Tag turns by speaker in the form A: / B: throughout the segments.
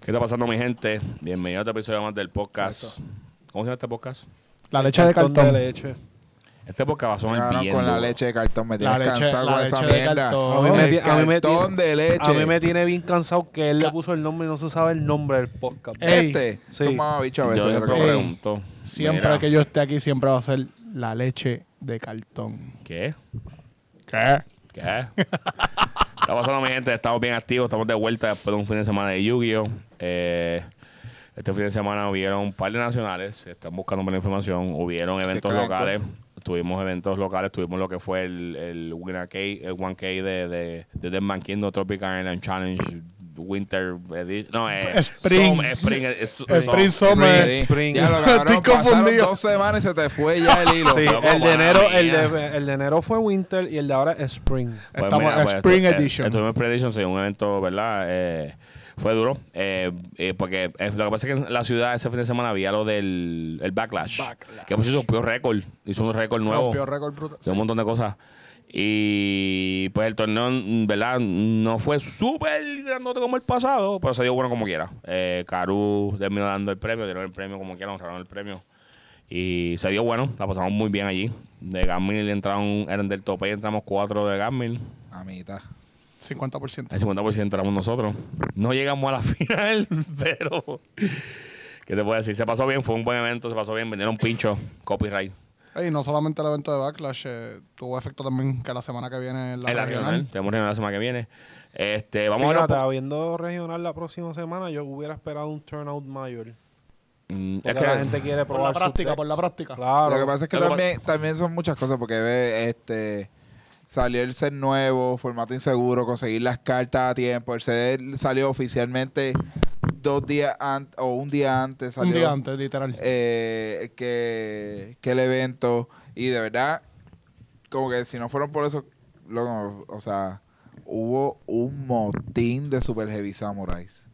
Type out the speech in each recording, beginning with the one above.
A: ¿Qué está pasando, mi gente? Bienvenido a otro episodio más del podcast. ¿Cómo se llama este podcast?
B: La leche de
C: Montón
B: cartón.
C: leche.
A: Este podcast va a sonar
D: Claro,
A: bien.
D: con la
A: duro.
D: leche de cartón
B: La
D: me tienes
B: leche-
D: cansado
B: la
D: con esa
B: leche de
D: mierda.
B: cartón.
C: A mí me
D: El
C: ti- a mí me
D: cartón de leche.
C: A mí me tiene bien cansado que él le puso el nombre y no se sabe el nombre del podcast.
B: Ey,
D: Este,
C: sí.
D: tu mamabicho a
A: Yo
D: veces. yo
A: siempre
D: creo que-
B: Ey.
A: pregunto.
B: Siempre
A: mira,
B: que yo esté aquí, siempre va a ser la leche de cartón.
A: ¿Qué?
B: ¿Qué?
A: ¿Qué? está pasando, mi gente? Estamos bien activos. Estamos de vuelta después de un fin de semana de Yu-Gi-Oh! Eh, este fin de semana hubieron un par de nacionales. si Están buscando buena información. Hubieron eventos
D: crack.
A: locales. Tuvimos eventos locales. Tuvimos lo que fue el, el, 1K, el 1K de, de, de Deadman Kingdom Tropical Island Challenge Winter Edition. No, eh,
B: Spring.
A: Som- Spring, eh, su-
B: Spring
A: Som-
B: Summer.
D: Sí.
C: Spring.
D: Ya lo
B: Estoy
D: cabrón, pasaron
B: confundido.
D: dos semanas y se te fue ya el hilo.
C: Sí,
A: Loco,
C: el de
A: mala
C: enero, el
A: mía.
C: de, el de enero fue Winter y el de ahora es Spring.
A: Pues
B: Estamos
A: mira, pues,
B: Spring
A: esto- eh,
B: Edition.
A: Esto es Spring Edition, sí, un evento, ¿verdad? Eh, fue duro, eh, eh, porque eh, lo que pasa es que en la ciudad ese fin de semana había lo del el backlash,
B: Backlash.
A: que pues hizo un récord, hizo un récord nuevo
B: Rompió récord brutal.
A: de un montón de cosas. Y pues el torneo, mm, ¿verdad? No fue súper grandote como el pasado, pero se dio bueno como quiera. Eh, Caru terminó dando el premio, dieron el premio como quiera, honraron el premio. Y se dio bueno, la pasamos muy bien allí. De Gamil entraron, eran del tope, entramos cuatro de Gamil.
D: A mitad.
B: 50%.
A: El 50% entramos nosotros. No llegamos a la final, pero. ¿Qué te puedo decir? Se pasó bien, fue un buen evento, se pasó bien, vendieron pincho, copyright.
B: Y no solamente el evento de Backlash, eh, tuvo efecto también que la semana que viene la,
A: en la
B: regional.
A: regional. Tenemos regional la semana que viene. Este, vamos
C: Vamos
A: a
C: Fíjate,
A: ver.
C: viendo regional la próxima semana, yo hubiera esperado un turnout mayor.
A: Mm,
C: Porque la gente quiere
B: Por
C: probar
B: la
C: sus
B: práctica,
C: decks.
B: por la práctica.
C: Claro.
D: Lo que pasa es que
A: Lo que
D: también, también son muchas cosas porque ve, este salió el set nuevo, formato inseguro, conseguir las cartas a tiempo. El set salió oficialmente dos días antes o un día antes. Salió,
B: Un día antes, literal.
D: eh, que, que el evento. Y de verdad, como que si no fueron por eso, loco, o sea, hubo un motín de Super Heavy Samurais.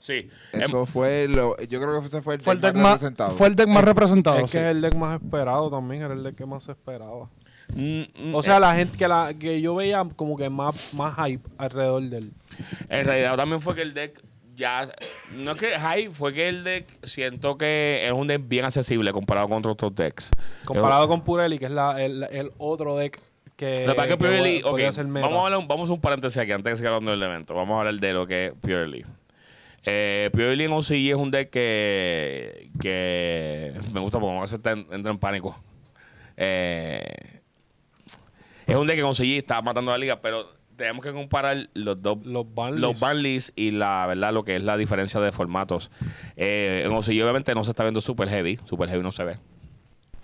A: Sí. em,
B: Em,
D: Eso fue lo. Yo creo que ese fue el
B: fue, el
D: deck
B: deck más,
D: representado.
B: fue el deck más representado.
C: es
B: sí.
C: que es el deck más esperado también, era el deck que más se esperaba.
A: Em, mm, mm,
C: O sea, la gente que la que yo veía como que más, más hype alrededor de él.
A: eh, En realidad también fue que el deck ya. No es que high, fue que el deck siento que es un deck bien accesible comparado con otros dos decks.
C: Comparado con Purelli, que es la, el, el otro deck que,
A: Lo que pasa es que Purely,
C: pod- podía
A: ok,
C: ser meta.
A: vamos a hablar, un- vamos a un paréntesis aquí antes de seguir hablando del evento. Vamos a hablar de lo que es Purely. Eh, Purely en OCG es un deck que, que me gusta porque me hace estar- entrar en pánico. Eh, es un deck que conseguí, está matando a la liga, pero tenemos que comparar los dos
C: Los ban
A: los
C: lists.
A: ban lists y la verdad lo que es la diferencia de formatos. Eh, en OCG obviamente no se está viendo super heavy, super heavy no se ve.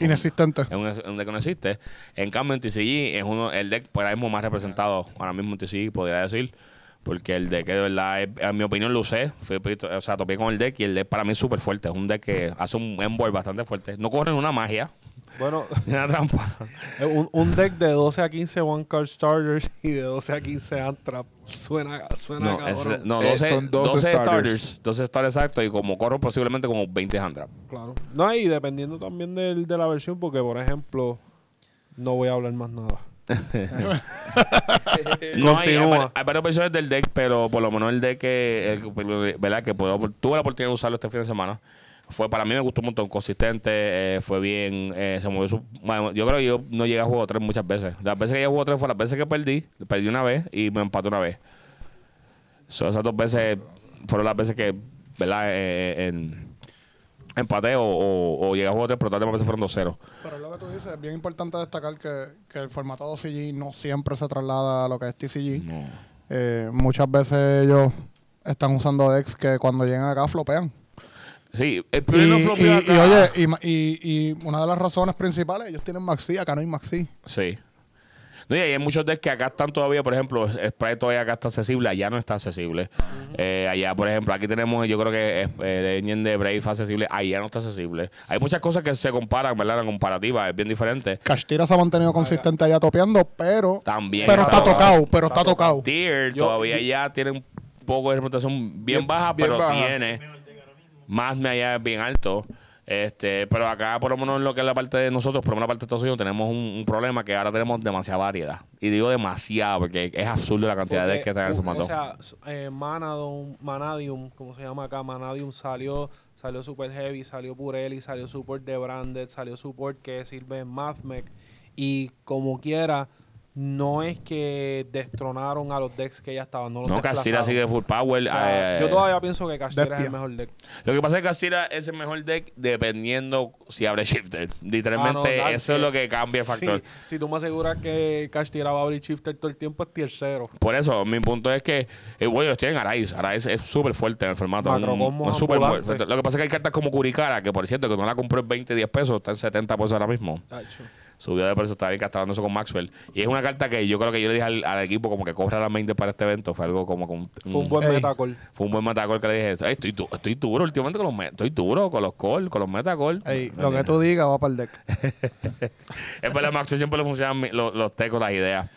B: Inexistente.
A: Es un, es un deck que no existe. En cambio, en TCG es uno, el deck por ahora mismo más representado. Ahora mismo en TCG, podría decir. Porque el deck, de verdad, es- en mi opinión, lo usé. Fui, o sea, topé con el deck y el deck para mí es súper fuerte. Es un deck que hace un envoy bastante fuerte. No corren una magia,
C: Bueno,
A: ni una trampa.
C: eh, un, un deck de 12 a 15 One Card Starters y de 12 a 15 Antrap suena, suena
A: No, es-
C: cabrón.
A: no
D: Eh,
A: 12,
D: son 12
A: 12 starters.
D: starters.
A: 12 starters exacto. Y como corro posiblemente como 20 hand trap.
C: Claro. No, y dependiendo también del- de la versión, porque por ejemplo, no voy a hablar más nada.
A: No hay, hay,
C: Continúa.
A: var- hay varias versiones del deck, pero por lo menos el deck que, el- ¿verdad? que puedo- tuve la oportunidad de usarlo este fin de semana. Fue para mí me gustó un montón, consistente, eh, fue bien, eh, se movió su... bueno, yo creo que yo no llegué a juego 3 muchas veces. Las veces que yo juego 3 fue las veces que perdí, perdí una vez y me empaté una vez. So, esas dos veces fueron las veces que, ¿verdad? Eh, en- empaté o, o- o llegué a juego 3, pero todas las demás veces fueron 2-0.
B: Pero lo que tú dices, es bien importante destacar que, que el formato 2CG no siempre se traslada a lo que es TCG. Eh, muchas veces ellos están usando decks que cuando llegan acá flopean.
A: Sí, el
B: Y,
A: primero flop
B: y-
A: de
B: y
A: acá-
B: oye, y, ma- y- y una de las razones principales, ellos tienen Maxi, acá no hay Maxi.
A: Sí. No, y hay muchos decks que acá están todavía, por ejemplo, Sprite todavía acá está accesible, allá no está accesible. Eh, allá, por ejemplo, aquí tenemos, yo creo que eh, el engine de Brave accesible, allá no está accesible. Hay muchas cosas que se comparan, ¿verdad? La comparativa es bien diferente.
B: Cashtira se ha mantenido consistente allá topeando, pero,
A: También.
B: pero está
A: tocado.
B: tocado, pero está tocado.
A: Tier
C: Yo-
A: todavía
C: yo-
A: ya tiene un poco de representación bien,
D: Bien-
A: baja,
D: bien
A: pero
D: baja.
A: tiene. Más allá es bien alto. Este, pero acá, por lo menos en lo que es la parte de nosotros, por lo menos la parte de Estados Unidos, tenemos un, un problema que ahora tenemos demasiada variedad. Y digo demasiada porque es absurdo la cantidad de que están en el formato.
C: Porque, O sea, s- eh, Manadum, Manadium, como se llama acá, Manadium salió, salió Super Heavy, salió Purelli, salió Support de Branded, salió Support que sirve en MathMech. Y como quiera, no es que destronaron a los decks que ya estaban, no los
A: no, Castilla
C: desplazaron.
A: sigue full power.
C: O sea,
A: eh,
C: yo todavía pienso que Castilla es
B: Despia.
C: el mejor deck. Ah,
A: Lo que pasa es que Castilla es el mejor deck dependiendo si abre shifter.
C: Ah,
A: Literalmente,
C: no,
A: eso es
C: Dark
A: lo que cambia el
C: Sí,
A: factor.
C: si tú me aseguras que Cash tiraba a abrir shifter todo el tiempo, es tier cero.
A: Por eso, mi punto es que, eh, güey, estoy en Araiz. Araiz es súper fuerte en el formato.
C: Macrocosmos
A: Un- un súper
C: ambulante.
A: fuerte. Lo que pasa es que hay cartas como Curicara, que por cierto, que no la compré en 20, 10 pesos, está en 70 pesos ahora mismo.
C: Tacho.
A: Subió de precio, estaba bien gastando eso con Maxwell. Y es una carta que yo creo que yo le dije al, al equipo como que corra la mente para este evento. Fue algo como con.
C: Fue un buen
B: Ey.
C: metacol.
A: Fue un buen metacol que le dije eso. Ey, estoy, du- estoy duro últimamente con los me- estoy duro con los call, con los metacol.
B: Ey, lo que tú digas va para el deck.
A: Es verdad, Max siempre le funcionan mi- lo- los tecos, las ideas.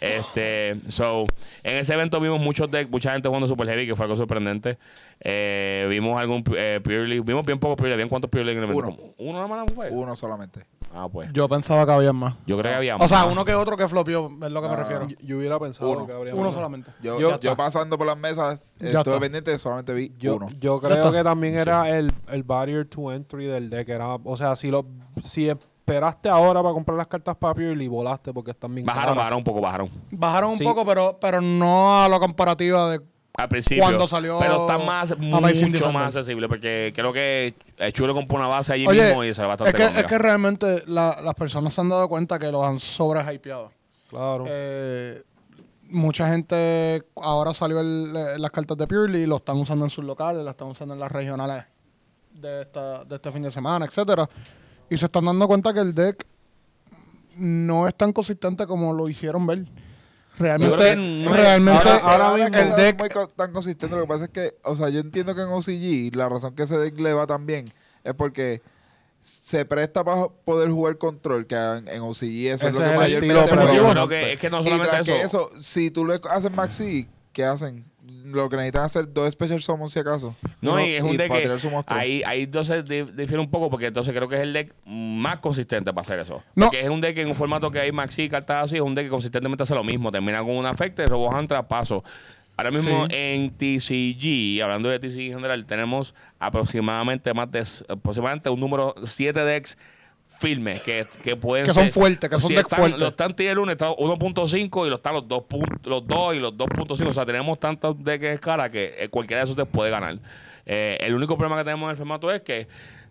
A: Este, so, en ese evento vimos muchos decks, mucha gente jugando Super Heavy, que fue algo sorprendente. Eh, vimos algún eh, Pure League, vimos bien pocos Pure League, ¿bien cuántos Pure League en el evento?
D: Uno.
A: Como ¿Uno nada más fue?
D: Uno solamente.
A: Ah, pues.
B: Yo pensaba que había más.
A: Yo creo que había
B: O sea,
A: más.
B: uno que otro que flopió, es lo que me refiero.
C: Yo, yo hubiera pensado
D: Uno.
C: que habría
B: Uno
C: menos.
B: solamente.
D: Yo,
B: Ya
D: yo,
B: está.
D: pasando por las mesas, eh,
B: Ya
D: estuve
B: está.
D: pendiente, solamente vi
C: Yo,
D: uno.
C: yo
B: Ya
C: creo
B: está.
C: que también era el, el barrier to entry del deck. Era, o sea, si lo si esperaste ahora para comprar las cartas papier y volaste porque están bien
A: Bajaron,
C: caras.
A: bajaron un poco, bajaron.
B: Bajaron un
C: Sí.
B: poco, pero, pero no a la comparativa de.
A: Al principio.
B: Cuando salió
A: Pero está más,
B: Amazing
A: mucho más
B: Defender.
A: accesible, porque creo que eh, Chulo compró una base allí
B: Oye,
A: mismo y se la va a estar
B: es que, es que realmente la- las personas se han dado cuenta que los han sobrehypeado.
C: Claro.
B: Eh, mucha gente ahora salió el- eh, las cartas de Purely, lo están usando en sus locales, las están usando en las regionales de, esta, de este fin de semana, etcétera. Y se están dando cuenta que el deck no es tan consistente como lo hicieron ver.
A: Yo creo
B: Realmente,
A: que no es-
B: realmente
C: Ahora- ahora mismo-
B: el
D: es
B: deck
D: muy co- tan consistente. Lo que pasa es que, o sea, yo entiendo que en OCG la razón que ese deck le va tan bien es porque se presta para poder jugar control, que en, en OCG
C: Ese
D: eso
C: es
D: es lo que
C: el
D: mayormente
C: estilo
D: juega.
A: Pero
C: Pero
A: yo creo
C: bueno,
A: que es que no
D: Y
A: solamente
D: tras
A: eso.
D: que eso, si tú le haces maxi, ¿qué hacen? Lo que necesitan hacer dos special summons si acaso.
A: No,
D: Uno-
A: y es un deck
D: para
A: que
D: tirar su monstruo.
A: ahí, ahí entonces di- difiere un poco porque entonces creo que es el deck más consistente para hacer eso.
B: No.
A: Porque es un deck en un formato que hay maxi, cartas así, es un deck que consistentemente hace lo mismo. Termina con un afecte, robo hand, traspaso. Ahora mismo
B: Sí.
A: en TCG, hablando de TCG en general, tenemos aproximadamente más de s- aproximadamente un número 7 decks firmes que, que pueden
B: Que son
A: ser-
B: fuertes, que son decks
A: están-
B: fuertes.
A: Los están tier 1, está 1.5 y los están los 2, los 2 y los 2.5. O sea, tenemos tantos decks de cara que eh, cualquiera de esos te puede ganar. Eh, el único problema que tenemos en el formato es que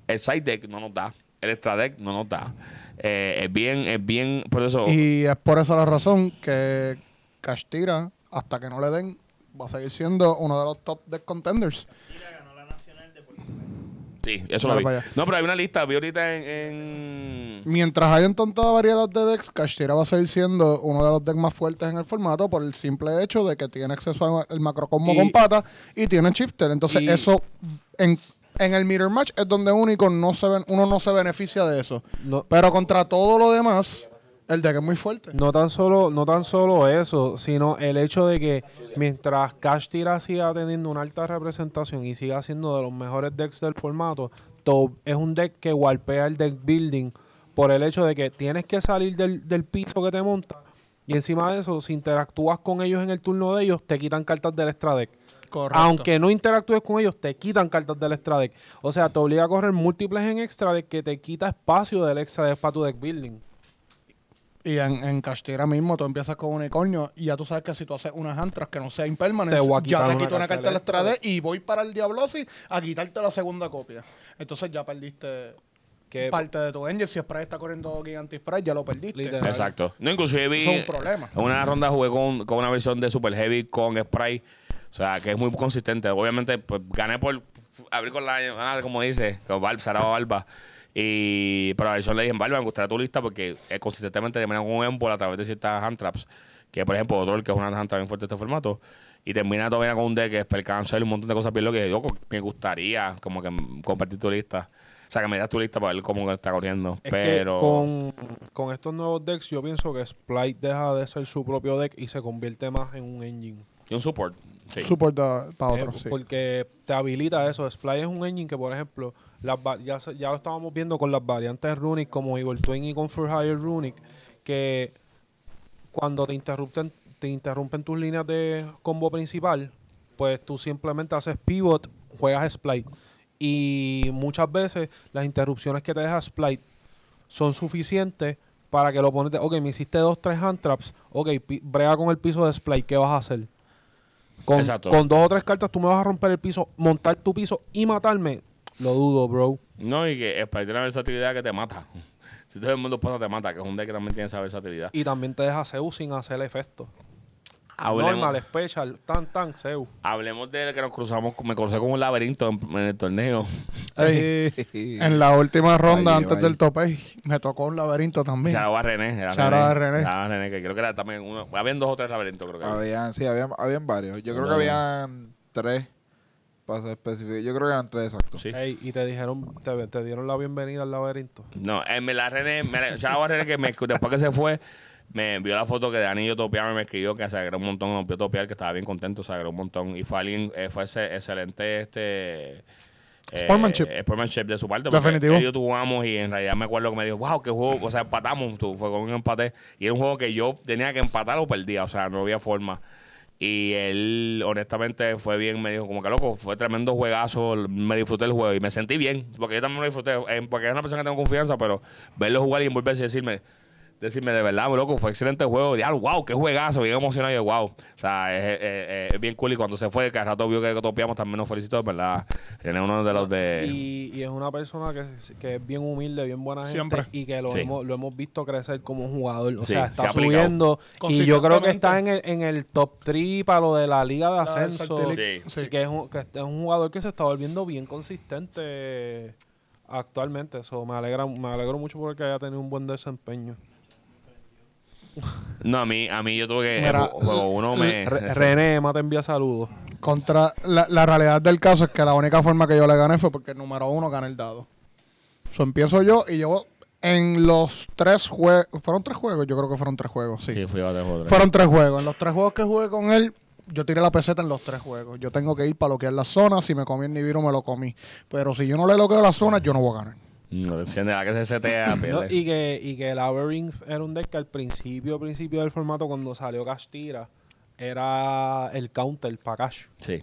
A: el side deck no nos da, el extra deck no nos da. Eh, es bien, es bien, por eso.
B: Y es por esa la razón que Castira, hasta que no le den, va a seguir siendo uno de los top deck contenders.
A: sí, eso lo
B: Claro,
A: vi.
B: para allá.
A: No, pero hay una lista, vi ahorita en. en-
B: Mientras hayan tanta variedad de decks, Castira va a seguir siendo uno de los decks más fuertes en el formato por el simple hecho de que tiene acceso al macrocombo
C: Y-
B: con pata y tiene shifter. Entonces,
C: y-
B: eso en, en el mirror match es donde único no se ven- uno no se beneficia de eso.
C: No-
B: Pero contra todo lo demás, el deck es muy fuerte.
C: No tan solo, no tan solo eso, sino el hecho de que mientras Cash Tira siga teniendo una alta representación y siga siendo de los mejores decks del formato, Top es un deck que walpea el deck building por el hecho de que tienes que salir del, del piso que te monta y encima de eso, si interactúas con ellos en el turno de ellos, te quitan cartas del extra deck.
B: Correcto.
C: Aunque no interactúes con ellos, te quitan cartas del extra deck. O sea, te obliga a correr múltiples en extra deck que te quita espacio del extra deck para tu deck building.
B: Y en, en Castira mismo tú empiezas con unicornio y ya tú sabes que si tú haces unas antras que no sea impermanente,
C: Te voy a
B: ya
C: quitar
B: te
C: una
B: quito una
C: carta
B: carta de la
C: del
B: extra D y voy para el Diablosis a quitarte la segunda copia. Entonces ya perdiste
C: Que
B: parte de tu engine. Si Spray está corriendo Gigante Spray, ya lo perdiste.
C: Literal.
A: Exacto. No, inclusive vi.
B: Eso es un problema.
A: En una ronda jugué con, con una versión de Super Heavy con Sprite. O sea, que es muy consistente. Obviamente, pues, gané por abrir con la ah, como dice, con Barb, Saraba Barba. Y, pero a versión le dije, Barba, me gustaría tu lista porque eh, consistentemente termina con un embol a través de ciertas hand traps. Que, por ejemplo, otro que es una hand trap bien fuerte de este formato. Y termina todavía con un deck que es Spell Cancel, un montón de cosas bien lo que yo me gustaría como que mm, compartir tu lista. O sea, que me das tu lista para ver cómo está corriendo.
C: Es
A: pero...
C: que con, con estos nuevos decks yo pienso que Splite deja de ser su propio deck y se convierte más en un engine.
A: Y un support. Sí.
B: Support para otro,
C: Eh,
B: sí.
C: Porque te habilita eso. Splay es un engine que, por ejemplo, las va- ya, se- ya lo estábamos viendo con las variantes Runic como Evil Twin y con For Hire Runic, que cuando te interrumpen, te interrumpen tus líneas de combo principal, pues tú simplemente haces pivot, juegas Splay. Y muchas veces las interrupciones que te deja Splay son suficientes para que lo pones. Ok, me hiciste dos, tres hand traps. Ok, pi- brega con el piso de Splay. ¿Qué vas a hacer? Con,
A: Exacto.
C: con dos o tres cartas tú me vas a romper el piso, montar tu piso y matarme. Lo dudo, bro.
A: No, y que Sprite tiene una versatilidad que te mata. si todo el mundo pasa, te mata, que es un deck que también tiene esa versatilidad.
C: Y también te deja Zeus sin hacer efecto.
A: Hablemos,
C: Normal, special, tan, tan, Zeus.
A: hablemos de que nos cruzamos, con- me crucé con un laberinto en, en el torneo.
B: Ey,
C: Eh,
B: en la última ronda,
D: Ay,
B: antes
D: ay.
B: del tope, me tocó un laberinto también.
A: Charaba a René. Era
B: Shout out a René.
A: Shout out a René, que creo que era también uno. Habían dos o tres laberintos, creo que. había.
D: Habían, sí, habían, habían varios. Yo creo
A: No.
D: que habían tres, para ser específico. Yo creo que eran tres, exacto.
A: Sí.
C: Ey, y te dijeron, te, te dieron la bienvenida al laberinto.
A: No, eh, me la René, me la- shout out a René que me- después que se fue, me envió la foto que Dani y yo topeaba y me escribió que se agregó un montón, nos vio topear, que estaba bien contento, se agregó un montón. Y fue alguien, eh, fue ese- excelente este. eh,
B: Sportsmanship.
A: sportsmanship de su parte. porque
B: Definitivo.
A: él y yo jugamos y en realidad me acuerdo que me dijo, wow, qué juego. O sea, empatamos. tú, fue con un empate. Y era un juego que yo tenía que empatar o perdía. O sea, no había forma. Y él, honestamente, fue bien. Me dijo, como que loco, fue tremendo juegazo. Me disfruté el juego y me sentí bien. Porque yo también lo disfruté. eh, porque es una persona que tengo confianza, pero verlo jugar y envolverse y decirme. Decirme de verdad, loco, fue excelente juego. Diablo, wow, qué juegazo, bien emocionado. Y yo, wow, o sea, es, es- es- es bien cool. Y cuando se fue, que al rato vio que topiamos, también nos felicitó, ¿verdad? Tiene uno de los de.
C: Y, y es una persona que, que es bien humilde, bien buena gente.
B: Siempre.
C: Y que lo,
A: Sí.
C: hemos, lo hemos visto crecer como un jugador. O
A: Sí,
C: sea,
A: se
C: está
A: ha aplicado.
C: subiendo. Y yo creo que
B: Consistentemente.
C: está en el, en el top 3 para lo de la Liga de
B: La del
C: Ascenso.
B: Celtic,
A: Sí.
C: Así que es, un, que es un jugador que se está volviendo bien consistente actualmente. Eso me alegra, me alegro mucho porque haya tenido un buen desempeño.
A: No, a mí, a mí yo tuve que.
B: Mira,
A: eh, juego uno me.
C: Re- René, más te envía saludos.
B: Contra la, la realidad del caso es que la única forma que yo le gané fue porque el número uno gané el dado. So, empiezo yo y llevo en los tres juegos. ¿Fueron tres juegos? Yo creo que fueron tres juegos, sí.
A: Sí, fui a otro.
B: Fueron tres juegos. En los tres juegos que jugué con él, yo tiré la peseta en los tres juegos. Yo tengo que ir para bloquear la zona. Si me comí el Nibiru, me lo comí. Pero si yo no le bloqueo la zona, yo no voy a ganar.
A: Mm, No, enciende la que se setea.
C: No,
A: pierde.
C: y, que, y que Labyrinth era un deck que al principio, principio del formato, cuando salió Cash Tira, era el counter para Cash.
A: Sí.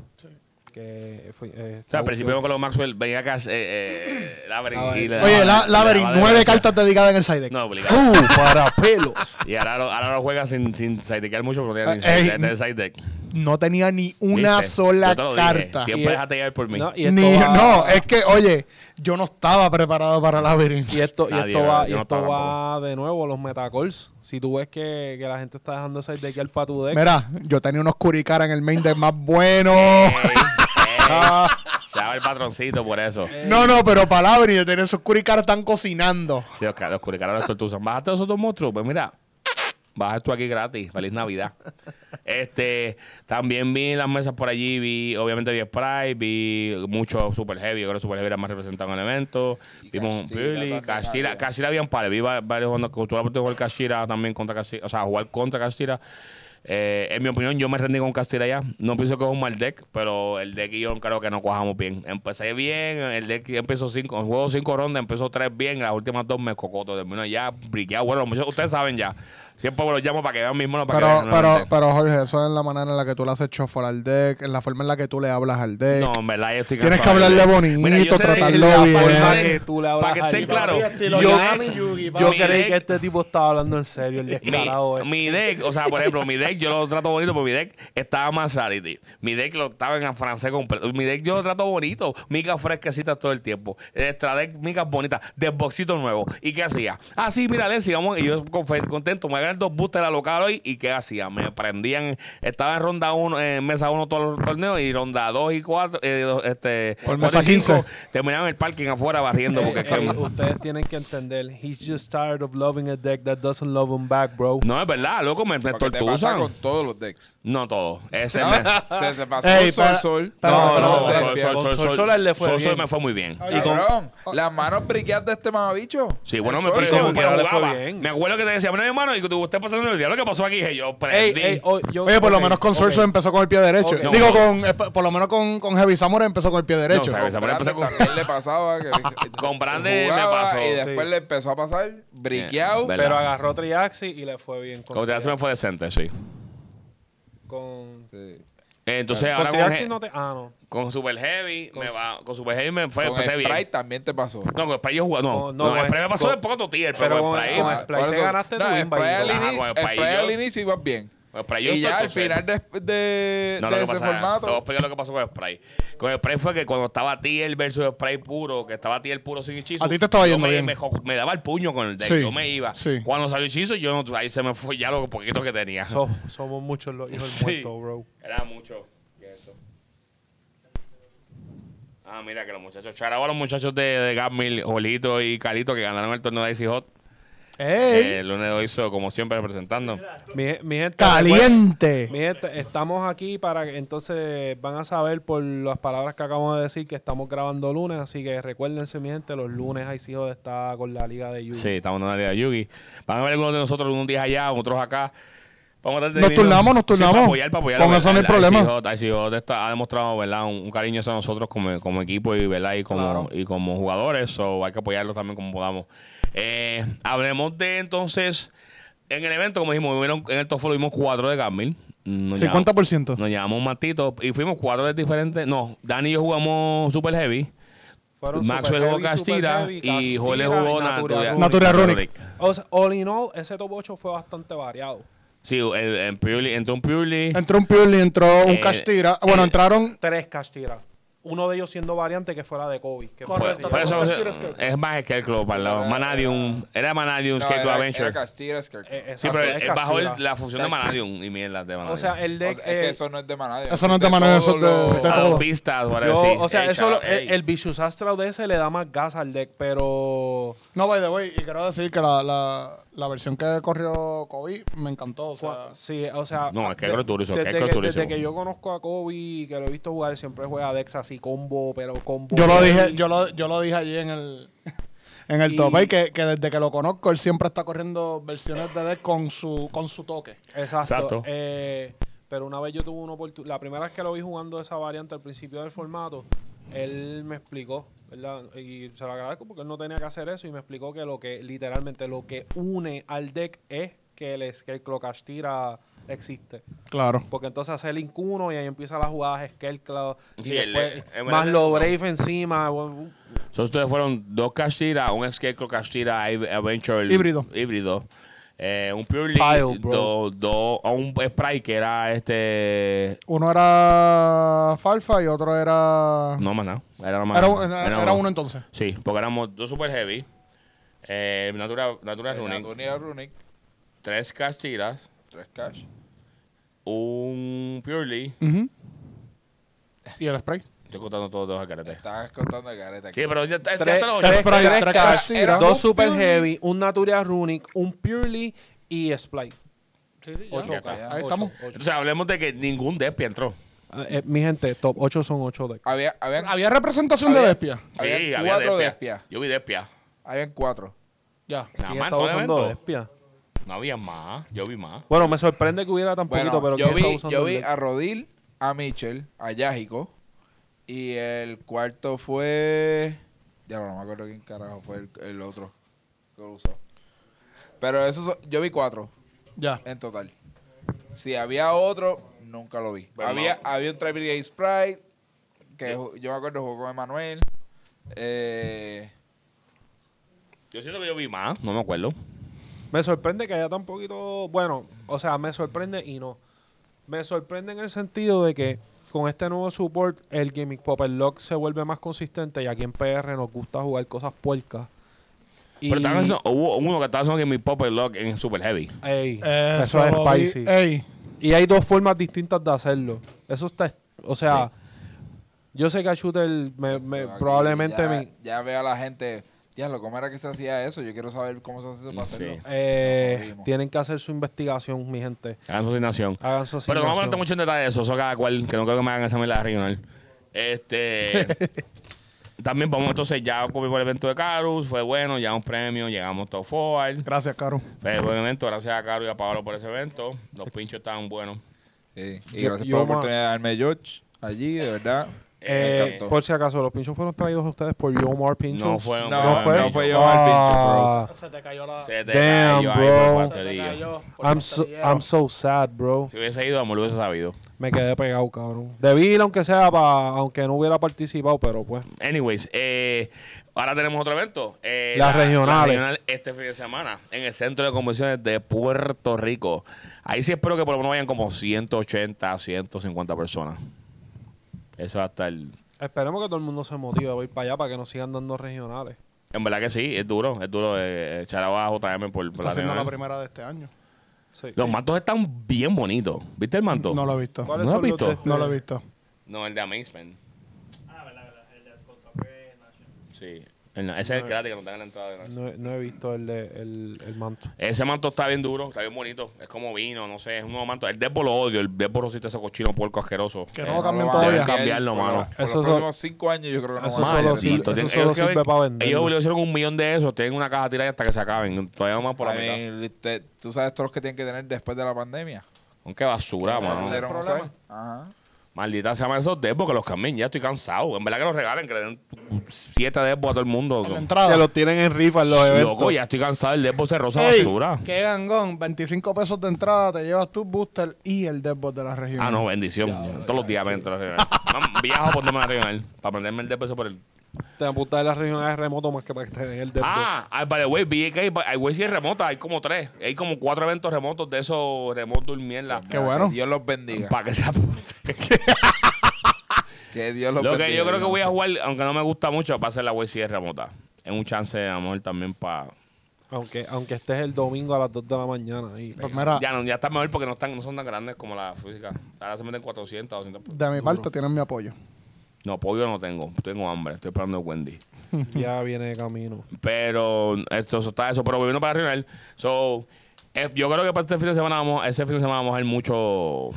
C: Que fue, eh,
A: O sea, al
C: fue-
A: principio con los Maxwell venía acá. Eh, eh, Labyrinth. y le daba-
B: Oye, la,
A: le
B: Labyrinth,
A: daba de
B: nueve
A: cabeza.
B: cartas dedicadas en el side deck.
A: No, obligado.
C: ¡Uh, para pelos!
A: Y ahora lo, ahora lo juega sin, sin sidequear mucho porque no
B: Ah,
A: tiene
B: ey,
A: side- tiene side deck.
B: No tenía ni una
A: ¿Viste?
B: sola
A: Yo te lo dije,
B: carta.
A: Siempre
C: Y-
A: déjate llevar por mí.
C: No, y esto
B: Ni-
C: va-
B: No, es que, oye, yo no estaba preparado para Labyrinth.
C: Y esto, y
A: Nadie,
C: esto va,
A: yo
C: y
A: no
C: esto
A: estaba
C: va de nuevo a los metacalls. Si tú ves que, que la gente está dejando ese deck al para tu deck,
B: Mira, yo tenía unos curicara en el main deck más bueno.
A: Ey, ey,
B: Ah.
A: se daba el patroncito por eso.
B: no, no, pero para Labyrinth, yo tenía esos curicara están cocinando.
A: Sí, los, ca- los curicaros los tortuzan. Bájate esos dos monstruos. Pues mira, baja esto aquí gratis. Feliz Navidad. este, también vi las mesas por allí. Vi, obviamente vi Sprite, vi mucho Super Heavy. Yo creo que Super Heavy era más representado en el evento. Vimos
D: Castilla
A: Purely,
D: también
A: Cashira.
D: había.
A: Cashira bien pares. Vi va- varios cuando tuve la oportunidad de jugar Cashira también contra Cashira. O sea, jugar contra Cashira. Eh, en mi opinión, yo me rendí con Castilla ya. No pienso que es un mal deck, pero el deck y yo creo que no cuajamos bien. Empecé bien, el deck ya empezó cinco, el juego cinco rondas, empezó tres bien, las últimas dos me cocoto, termino ya briqueado. Bueno, muchos- ustedes saben ya. Siempre los llamo para que vean mis monos, para
B: Pero,
A: que vean
B: pero,
A: realmente.
B: pero, Jorge, eso es la manera en la que tú le haces chofar al deck, en la forma en la que tú le hablas al deck.
A: No, en verdad yo estoy
B: Tienes
A: cansado
B: que
A: del
B: hablarle
A: deck.
B: bonito,
A: yo sé de-
B: tratarlo
A: la
B: bien.
A: forma
C: Para
A: de-
C: que tú le hablas
A: Para que estén
C: al-
A: claros.
B: Estilo
A: yo-
B: Yami Yugi,
A: mi
C: yo creí
A: deck-
C: que este tipo estaba hablando en serio, el descarado.
A: mi,
C: este.
A: mi deck, o sea, por ejemplo, mi deck yo lo trato bonito porque mi deck estaba más rarity. Mi deck lo estaba en francés completo. Mi deck yo lo trato bonito. Micas fresquecitas todo el tiempo. Extra deck, micas bonitas. Desboxito nuevo. ¿Y qué hacía? Ah, sí, mira, Leslie, vamos. Y yo con fe- contento. Me gané dos boosters a local hoy. ¿Y qué hacía? Me prendían. Estaba en ronda 1, en mesa 1 todos los torneos. Y ronda 2 y 4. este,
B: Por
A: cuatro y
B: mesa
A: cinco,
B: 15.
A: Terminaban el parking afuera barriendo. Porque
C: Eh,
A: es que-
C: eh, ustedes tienen que entender, he's just tired of loving a deck that doesn't love him back, bro.
A: no, es verdad, loco, me, me
D: Porque te pasa
A: tortuzan.
D: con todos los decks.
A: No todo. Ese
D: No,
A: me-
D: se, se pasó
B: Ey,
D: el sol,
B: para-
D: sol.
B: para- No,
D: Pasó
B: no,
D: los decks,
A: Sol-
D: viejo.
A: Sol- Sol-
C: Sol-
A: Sol-
C: Sol le fue
A: Sol- Sol
C: bien.
A: me fue muy bien.
B: Oye,
D: Cabrón, las manos brilladas de este mamabicho.
A: Sí, bueno,
D: El
A: me
D: sol,
A: pero
D: sol.
A: como
C: quiera
A: que
C: le fue
A: jugaba.
C: bien.
A: Me acuerdo que te decía, no, hermano, y tú tú estés pasando el diablo, ¿qué pasó aquí? Y yo
C: Ey,
A: prendí.
C: ey, oh, yo-
B: Oye, por lo
C: ok,
B: menos con
C: ok.
B: Sorcerer empezó con el pie derecho.
C: Ok.
B: Digo,
A: No.
B: con, eh, por lo menos con, con Heavy Samurai empezó con el pie derecho.
A: No, Heavy Samurai empezó con-
D: También le pasaba. Que,
A: Con Brande me
D: jugaba
A: pasó. Eh,
D: Y después
C: Sí.
D: le empezó a pasar briqueado.
A: Verdad.
C: Pero agarró Triaxi y le fue bien. Con,
A: Como te hace, me fue decente, sí.
C: con,
D: Sí.
A: Entonces
C: con
A: ahora con,
C: Triaxi
A: he-
C: no te... Ah, no.
A: con Super Heavy me va. Con Super Heavy me fue,
D: Con
A: pues, empecé
D: Sprite
A: bien.
D: también te pasó.
A: No, con Sprite yo jugaba. No,
C: No, no,
A: no,
C: con-
A: Sprite me pasó
C: con-
A: de poco totier, pero
C: pero
A: con
C: con-
A: Sprite.
C: con
A: me-
C: Sprite
D: Ah, por
C: te
D: eso-
C: ganaste
D: no,
C: tu
D: Sprite
C: invadidor.
D: al,
A: Ah,
D: inicio,
A: con Sprite
D: Sprite
A: yo-
D: al inicio ibas bien.
A: con Sprite yo
D: Y ya al
A: entonces-
D: final de, de,
A: No,
D: de
A: lo que
D: ese
A: pasa, te voy a
D: formato.
A: explicar lo que pasó con Sprite. Con Sprite fue que cuando estaba Tier versus Sprite puro, que estaba Tier puro sin hechizo.
B: A ti te estaba
A: yo
B: yendo
A: me,
B: bien.
A: Me, jo- me daba el puño con el deck,
B: Sí,
A: yo me iba.
B: sí.
A: Cuando salió hechizo, yo no, ahí se me fue ya lo poquito que tenía.
C: So- somos muchos los hijos
A: Sí.
C: del muerto, bro.
A: Era mucho. que eso. Ah, mira que los muchachos. Charaba a los muchachos de, de Gamil, Jolito y Calito que ganaron el torneo de Icy Hot. Eh,
B: ¡Ey!
A: el lunes lo hizo como siempre representando.
C: Mi, mi gente...
B: ¡Caliente!
C: Mi gente, estamos aquí para que entonces van a saber por las palabras que acabamos de decir que estamos grabando lunes, así que recuérdense, mi gente, los lunes hay hijos está con la liga de Yugi.
A: Sí, estamos en la Liga Yugi. Van a ver algunos de nosotros unos días allá, otros acá. Vamos a tratar de
B: Nos
A: venir-
B: turnamos, nos
A: Sí, para
B: turnamos.
A: apoyar, para apoyar,
B: Con
A: ¿verdad?
B: eso no hay
A: La
B: problema.
A: ICJ, ICJ está- ha demostrado ¿verdad? Un, un cariño hacia nosotros como, como equipo y, ¿verdad? y, como,
B: Claro.
A: y como jugadores. So, hay que apoyarlo también como podamos. Eh, hablemos de entonces. En el evento, como dijimos, hubieron- en el Tofolo vimos cuatro de Gamil. Nos llevamos-
B: 50%.
A: Nos llamamos Matito y fuimos cuatro de diferentes. No, Dani y yo jugamos Super Heavy.
C: Fueron
A: Maxwell
C: Super
A: jugó
C: Heavy, Super
A: Castira
C: Heavy,
A: y
C: Castira
A: Joel jugó
C: y
A: Natura,
C: Natural
B: Natura
C: Runic.
B: Runic.
C: O sea, all in all, ese top 8 fue bastante variado.
A: Sí, el, el Purely, entró un Purely.
B: Entró un Purely, entró un
A: Eh,
B: Castira. Bueno, entraron.
C: Tres Castira. Uno de ellos siendo variante que fuera de Kobe. Que fue
B: Correcto.
C: así.
A: Por Pues, eso
B: Pero
A: se-
B: Castira es que-
A: es más Scare Club para el lado. Manadium. Era Manadium,
D: No,
A: Skate to
D: era-
A: Adventure.
D: era Castilla, es que-
C: Eh,
A: sí,
C: exacto,
A: pero
C: es
A: él bajó el-
C: Castira.
A: la función de Manadium y mierda de Manadium.
C: O sea, el
D: o
C: deck...
D: sea, es que
C: eh,
D: eso no es de Manadium.
B: Eso no es de Manadium, eso es
D: todos
B: de-
D: los-
A: a
B: todo.
A: dos pistas, whatever,
C: yo-
A: sí.
C: o sea,
A: Ey,
C: eso lo-
A: chaval, ey.
C: el, el Vicious Astral de ese le da más gas al deck, pero...
B: No, by the way, y quiero decir que la, la, la versión que corrió Kobe me encantó. O sea,
C: Sí, o sea.
A: No, es que
C: de-
A: es durísimo,
C: desde
A: es que es durísimo.
C: Desde que yo conozco a Kobe y que lo he visto jugar, siempre juega Dex así combo, pero combo.
B: yo lo
C: heavy.
B: dije, yo lo, yo lo dije allí en el en el
C: Y-
B: top eight, que, que desde que lo conozco, él siempre está corriendo versiones de deck con su, con su toque.
C: Exacto.
A: Exacto.
C: Eh, pero una vez yo tuve una oportunidad. La primera vez que lo vi jugando esa variante al principio del formato, él me explicó, ¿verdad? Y se lo agradezco porque él no tenía que hacer eso y me explicó que lo que literalmente lo que une al deck es que el Scarecrow Castira existe.
B: Claro.
C: Porque entonces hace el Link 1 y ahí empieza la jugada Scarecrow. Y
A: Y el-
C: después,
A: eh,
C: más
A: eh,
C: lo
A: no.
C: Brave encima. bu-
A: So, ustedes fueron dos Castira, un Scarecrow Castira Ad- Adventure
B: Híbrido.
A: híbrido eh, un Purely,
C: Pile, bro.
A: dos- dos- a un Sprite que era este.
B: Uno era Falfa y otro era.
A: No, más nada. Era, más
B: era,
A: nada.
B: era-
A: Era
B: era uno entonces.
A: Sí, porque éramos dos Super Heavy, eh, Natura, Natura
D: Era
A: Running,
D: Natura Runic,
A: tres Castiras,
D: tres cash.
A: un Purely.
C: Mm.
B: Ujú. Y el spray.
A: Estoy contando todos los carete.
D: Estabas contando de careta.
A: Sí, pero ya está. ya
C: Tres-
A: está los
B: tres
A: ocho.
B: Sprite,
C: tres
B: tres
C: Ca-
B: Castira.
D: era
C: dos
D: un
C: Super
D: Purely.
C: Heavy, un Natural Runic, un Purely y Splite. Ocho,
A: Ya está.
C: ok,
B: Ahí
C: ocho,
B: estamos.
C: ocho.
A: Entonces hablemos de que ningún Despi entró.
C: Ah, eh, mi gente, top 8 son 8 decks.
D: Había, habían,
B: Había representación de
D: Había-
B: Despia.
D: habían
A: Ah, Sí,
D: cuatro
A: Despia.
D: Despia.
A: Yo vi Despia.
D: habían cuatro.
B: Ya.
A: Nada
C: ¿Quién
A: más,
C: está
A: todo el
C: usando
A: evento.
C: Despia?
A: No había más. Yo vi más.
C: Bueno, me sorprende que hubiera tan
D: Bueno,
C: poquito, pero
D: yo
C: ¿quién está
D: vi,
C: usando el
D: yo vi
C: deck?
D: a Rodil, a Mitchell, a Yájico. Y el cuarto fue. Ya no, no me acuerdo quién carajo fue el, el otro que lo usó. Pero eso yo vi cuatro
B: Ya.
D: en total. Si había otro, nunca lo vi.
A: Pero
D: había,
A: no.
D: había un Travis Gay Sprite, que ju- yo me acuerdo jugó con Emanuel. Eh,
A: Yo siento que yo vi más. No me acuerdo.
C: Me sorprende que haya tan poquito. Bueno, o sea, me sorprende y no. Me sorprende en el sentido de que con este nuevo support, el Gimmick Popper Lock se vuelve más consistente y aquí en PR nos gusta jugar cosas puercas. Y,
A: Pero estaban haciendo- hubo uno que estaba haciendo que mi Popper Lock en Super Heavy.
C: Ey,
B: Eh,
C: eso es
B: solo vi-
C: spicy.
B: Ey.
C: Y hay dos formas distintas de hacerlo. Eso está. O sea, yo sé que a Shooter me- me-
D: aquí
C: Eh, probablemente
D: Ah, ya,
C: me.
D: Ya veo a la gente. Ya, lo cómo era que se hacía eso. Yo quiero saber cómo se hace eso para
A: Sí.
D: hacerlo.
C: eh,
D: jodimos.
C: tienen que hacer su investigación, mi gente.
A: Hagan su asignación.
C: Hagan su
A: Pero no vamos a
C: asignación.
A: entrar mucho en detalle de eso. Eso cada cual. Que no creo que me hagan esa mierda regional. Este. También vamos entonces, ya cubrimos el evento de Carus, fue bueno, ya un premio, llegamos todo forward.
B: Gracias, Caro.
A: Fue buen evento, gracias a Caro y a Pablo por ese evento. Los pinchos estaban buenos.
D: Sí. Eh, Y
C: Yo-
D: gracias
C: yo
D: por la
C: ma-
D: oportunidad de darme George allí, de verdad.
C: Eh,
D: me encantó.
C: por si acaso, los pinchos fueron traídos a ustedes por Yomar Pinchos.
A: No fueron,
D: No,
A: fueron
D: fue-
A: ellos.
D: no fue yo.
C: Ah,
B: Se te cayó la.
A: Se te
C: Damn,
A: cayó ahí por
C: bro.
A: batería.
C: I'm, so, I'm so sad, bro.
A: Si hubiese ido, me lo hubiese sabido.
C: Me quedé pegado, cabrón. Debí ir aunque sea para... Aunque no hubiera participado, pero pues...
A: Anyways, eh, ahora tenemos otro evento. Eh,
C: Las regionales.
A: regional este fin de semana en el Centro de Convenciones de Puerto Rico. Ahí sí espero que por lo menos vayan como 180, 150 personas. Eso va a estar...
C: Esperemos que todo el mundo se motive a ir para allá para que nos sigan dando regionales.
A: En verdad que sí, es duro, es duro eh, echar abajo JM por, por
B: Está siendo la
A: regional.
B: primera de este año.
C: Sí.
A: Los mantos están bien bonitos. ¿Viste el manto?
B: No lo he visto.
A: ¿No lo has visto?
C: de este?
B: No lo he visto.
A: No, el de Amazement.
E: Ah, verdad, verdad. El de Costa Rica National.
A: Sí. El- ese es el gratis que no está en la entrada de la-
C: No, he- no he visto el, de- el, el manto.
A: Ese manto está bien duro, está bien bonito. Es como vino, no sé, es un nuevo manto. El Desbo lo odio, el Desbo Rosita ese cochino puerco asqueroso.
B: Que
A: Eh,
B: no lo
D: No
B: cambien
D: lo van a
B: todavía.
A: Deben cambiarlo,
D: por
A: mano.
D: los- Por los
C: Eso
D: próximos cinco años yo creo que no
C: eso
D: van a
A: Madre,
C: solo
D: hacer
C: sirve-
A: maldito.
C: eso
A: Tienen-
C: solo
A: ellos que-
C: sirve pa' venderlo.
A: Ellos le hicieron un millón de esos, tienen una caja tirada hasta que se acaben. Todavía más por la
D: I
A: mitad.
D: mean, te- ¿Tú sabes todos los que tienen que tener después de la pandemia?
A: Con qué basura,
D: Para
A: Ah, mano.
D: hacer un
B: problema.
D: usar. Ajá.
A: Maldita se llama esos Desbo que los cambien, ya estoy cansado. En verdad que los regalen, que le den siete Desbo a todo el mundo.
B: En la
C: Que
B: entrada.
C: los tienen en rifa en los eventos.
A: Ah. Loco, ya estoy cansado. El Desbo se rosa
B: Ey,
A: basura.
B: Qué gangón. 25 pesos de entrada. Te llevas tu booster y el Deadbot de la región.
A: Ah, no, bendición. Todos los días me entro a la regional. Mam, Viajo por tema regional para aprenderme el Desbo ese por el.
C: Te apuntas en las regionales remoto más que para que te den el de
A: Ah, ah, by the way, vi que hay, hay güey, sí es remota, hay como tres. Hay como cuatro eventos remotos de esos remotos y mierda.
B: Qué bueno.
D: Que Dios los bendiga.
A: Para que se apunte.
D: Que Dios los
A: Lo
D: bendiga.
A: que yo creo que
D: no
A: voy a
D: sé.
A: jugar, aunque no me gusta mucho, va a ser la web si es remota. Es un chance a lo mejor también para.
C: Aunque, aunque estés el domingo a las 2 de la mañana ahí.
B: Pues mira,
A: Ya, no, ya está mejor porque no, están, no son tan grandes como la física. Ahora se meten 400, 200.
B: de mi parte tienen mi apoyo.
A: No, pollo no tengo. Tengo hambre. Estoy esperando el Wendy.
C: ya viene de camino.
A: Pero esto eso está eso. Pero volviendo para Rionel. So, eh, yo creo que para este fin de semana vamos, ese fin de semana vamos a ver mucho.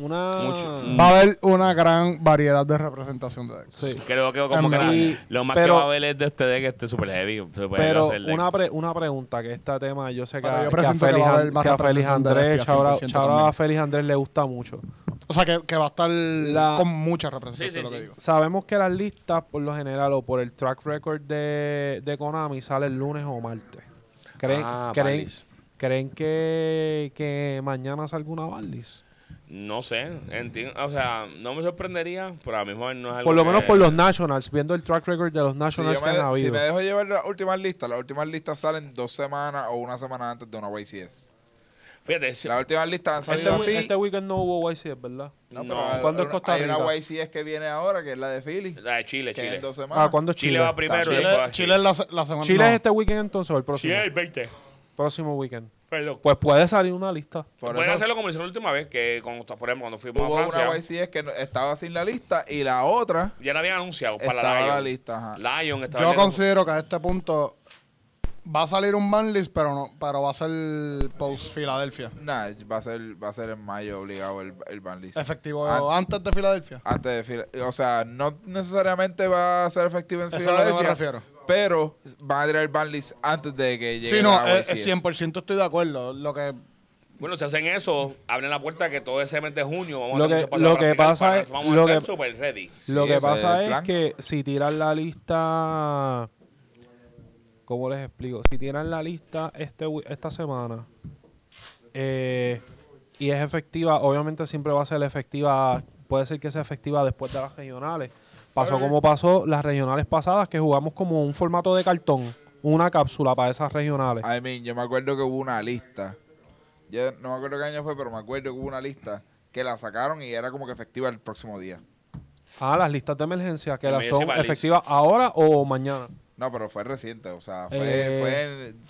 C: Una...
B: Ah.
A: Mucho.
B: Va a haber una gran variedad de representación de Dex.
C: Sí.
A: Creo que como que la-
C: Y-
A: lo más
C: pero-
A: que va a haber es de este deck, este super heavy. se puede
C: Pero
A: hacer deck.
C: una, pre- una pregunta, que este tema yo sé que,
B: Pero yo
C: a- que a
B: presiento que
C: Félix,
B: va a haber
C: An-
B: más
C: que a Félix
B: representación de
C: Andrés,
B: lesbias,
C: chaval
B: 100%
C: chaval a
B: también.
C: Félix Andrés le gusta mucho.
B: O sea, que, que va a estar
C: La-
B: con mucha representación,
A: Sí, sí,
B: lo que
A: sí.
B: digo.
C: Sabemos que las listas, por lo general, o por el track record de, de Konami, sale el lunes o martes. ¿Creen,
A: Ah,
C: creen,
A: Barlis.
C: creen que, que mañana salga una Barlis?
A: No sé. enti- O sea, no me sorprendería, pero a mí mejor no es algo.
C: Por lo menos
A: que-
C: por los Nationals, viendo el track record de los
D: Si,
C: Nationals
D: yo
C: que han
D: me, si
C: habido.
D: me dejo llevar las últimas listas, las últimas listas salen dos semanas o una semana antes de una YCS.
A: Fíjate, si-
D: Las últimas listas han
C: este,
D: salido
C: wi-
D: así.
C: este weekend no hubo YCS, ¿verdad?
D: No,
A: No,
D: pero
C: ¿cuándo es
D: hay-
C: Costa
D: Hay
C: Rica?
D: una YCS que viene ahora, que es la de Philly.
A: la de Chile,
D: que es
A: Chile.
D: en dos semanas.
C: Ah, ¿cuándo es
A: Chile
C: Chile?
A: va primero y
D: Chile-
A: después a
B: Chile, Chile es la, se- la semana.
C: Chile
B: no.
C: es este weekend entonces, o el próximo.
A: Chile es el 20.
C: Próximo weekend.
A: Perdón.
C: Pues puede salir una lista.
D: Por
A: Pueden
D: eso
A: hacerlo como lo hicieron la última vez, que con, por ejemplo, cuando fuimos
D: hubo
A: a
D: una
A: Francia,
D: YCS que no- estaba sin la lista y la otra
A: ya la habían anunciado para
D: estaba
A: la
D: en
A: Lion.
D: la lista. ajá.
A: Lion estaba
B: Yo
A: en la-
B: considero que a este punto va a salir un banlist, pero no, pero va a ser post Filadelfia.
D: Nah, va a ser, va a ser en mayo obligado el, el ban list.
B: Efectivo
D: An-
B: antes de Filadelfia.
D: antes de Fila- O sea, no necesariamente va a ser efectivo en
B: Eso es a lo que me
D: Filadelfia,
B: refiero.
D: pero van a tirar el ban list antes de que llegue
B: Sí, no,
D: la
B: eh, eh,
D: YCS.
B: 100% estoy de acuerdo. Lo que
A: Bueno, si hacen eso, abren la puerta que todo ese mes de junio vamos
C: Lo
A: a tener mucho
C: que-
A: espacio
C: lo
A: para
C: que
A: practicar,
C: pasa
A: para-
C: es-
A: Vamos
C: lo
A: a estar
C: que-
A: super ready.
D: Sí,
C: Lo que
D: ese es el
C: pasa es,
D: plan.
C: que si tiran la lista, ¿cómo les explico? Si tiran la lista este, wi- esta semana eh, y es efectiva, obviamente siempre va a ser efectiva, puede ser que sea efectiva después de las regionales. Pasó como pasó las regionales pasadas que jugamos como un formato de cartón, una cápsula para esas regionales.
D: I mean, yo me acuerdo que hubo una lista. Yo no me acuerdo qué año fue, pero me acuerdo que hubo una lista que la sacaron y era como que efectiva el próximo día.
C: Ah, las listas de emergencia que las son
A: Emergency Valleys.
C: efectivas ahora o mañana.
D: No, pero fue reciente, o sea, fue,
C: Eh,
D: fue en-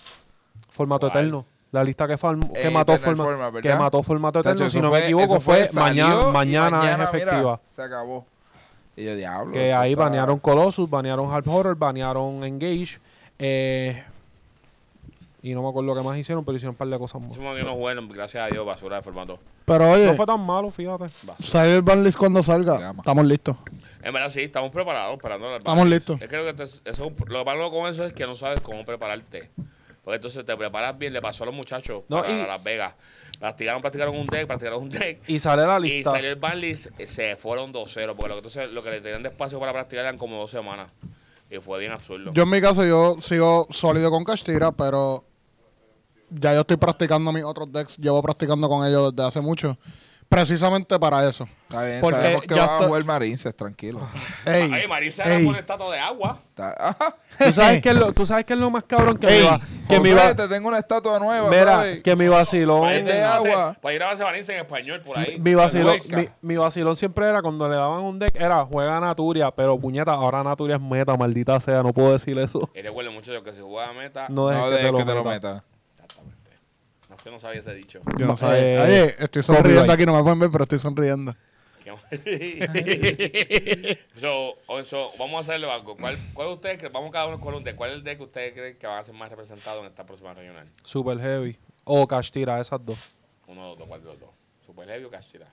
C: Formato
A: ¿Cuál?
C: eterno. La lista que, farm- que
D: Eh,
C: mató
D: Eternal
C: forma-
D: Format, ¿verdad?
C: que mató formato eterno,
D: Chacho,
C: si
D: eso
C: no me
D: fue- eso
C: equivoco, fue,
D: salió
C: mañana,
D: y
C: mañana, es
D: mira,
C: efectiva.
D: se acabó. Y yo, diablo.
C: que
D: esto
C: ahí
D: está-
C: banearon Colossus, banearon Hard Horror, banearon Engage. eh, Y no me acuerdo qué más hicieron, pero hicieron un par de cosas más.
A: Ese momento yo no jugué, gracias a Dios, basura de formato.
B: Pero
C: No
B: oye,
C: fue tan malo, fíjate.
A: Basura.
B: sale el banlist cuando salga.
D: Llama.
B: Estamos listos.
A: En verdad, sí, estamos preparados. Esperando la-
B: Estamos listos.
A: Es que lo, que te- eso es un- lo malo con eso es que no sabes cómo prepararte. Porque entonces te preparas bien, le pasó a los muchachos
C: No,
A: para
C: y-
A: Las Vegas. Practicaron, practicaron un deck, practicaron un deck.
C: Y sale la
A: Y
C: lista.
A: salió el Barlis, se fueron 2-0, porque lo que, entonces, lo que le tenían de espacio para practicar eran como dos semanas. Y fue bien absurdo.
B: Yo en mi caso, yo sigo sólido con cash tira, pero ya yo estoy practicando mis otros decks. Llevo practicando con ellos desde hace mucho. Precisamente para eso.
D: Está bien,
B: Porque
D: sabemos que
B: ya
D: va a
B: está-
D: jugar Marinces, tranquilo.
B: Ey,
A: Ay, Marisa
B: ey,
A: era por estatua de agua.
D: Está- ajá.
C: ¿Tú sabes, qué es lo, tú sabes qué es lo más cabrón que
B: Ey,
C: me va. Que
D: José,
C: me va
D: te tengo una estatua nueva,
C: mira,
D: brother.
C: que mi vacilón.
A: Para ir
D: de
A: a hacer-
D: agua.
A: Para ir a hacer Marisa pues en español por ahí.
C: Mi vacilón,
D: Huesca.
C: mi, mi vacilón siempre era cuando le daban un deck, era juega Naturia, pero puñeta, ahora Naturia es meta, maldita sea, no puedo decir eso.
A: Y recuerden, muchachos, que si jugaba meta.
C: No dejes
D: No
C: que,
D: dejes
C: te,
D: que
C: lo
D: te lo
C: meta.
D: meta.
A: Exactamente. No, yo no sabía ese dicho.
B: yo no
C: Eh,
B: sé. Oye, estoy sonriendo aquí, no me pueden ver, pero estoy sonriendo.
A: Qué- so, o- so, vamos a hacerle algo. ¿Cuál, cuál ustedes creen? Vamos cada uno con un deck. ¿Cuál es el deck que ustedes creen que van a ser más representados en esta próxima regional?
C: Super heavy. O Cash Tira, esas dos.
A: Uno de los dos, ¿cuál de los dos? Super Heavy o Castira.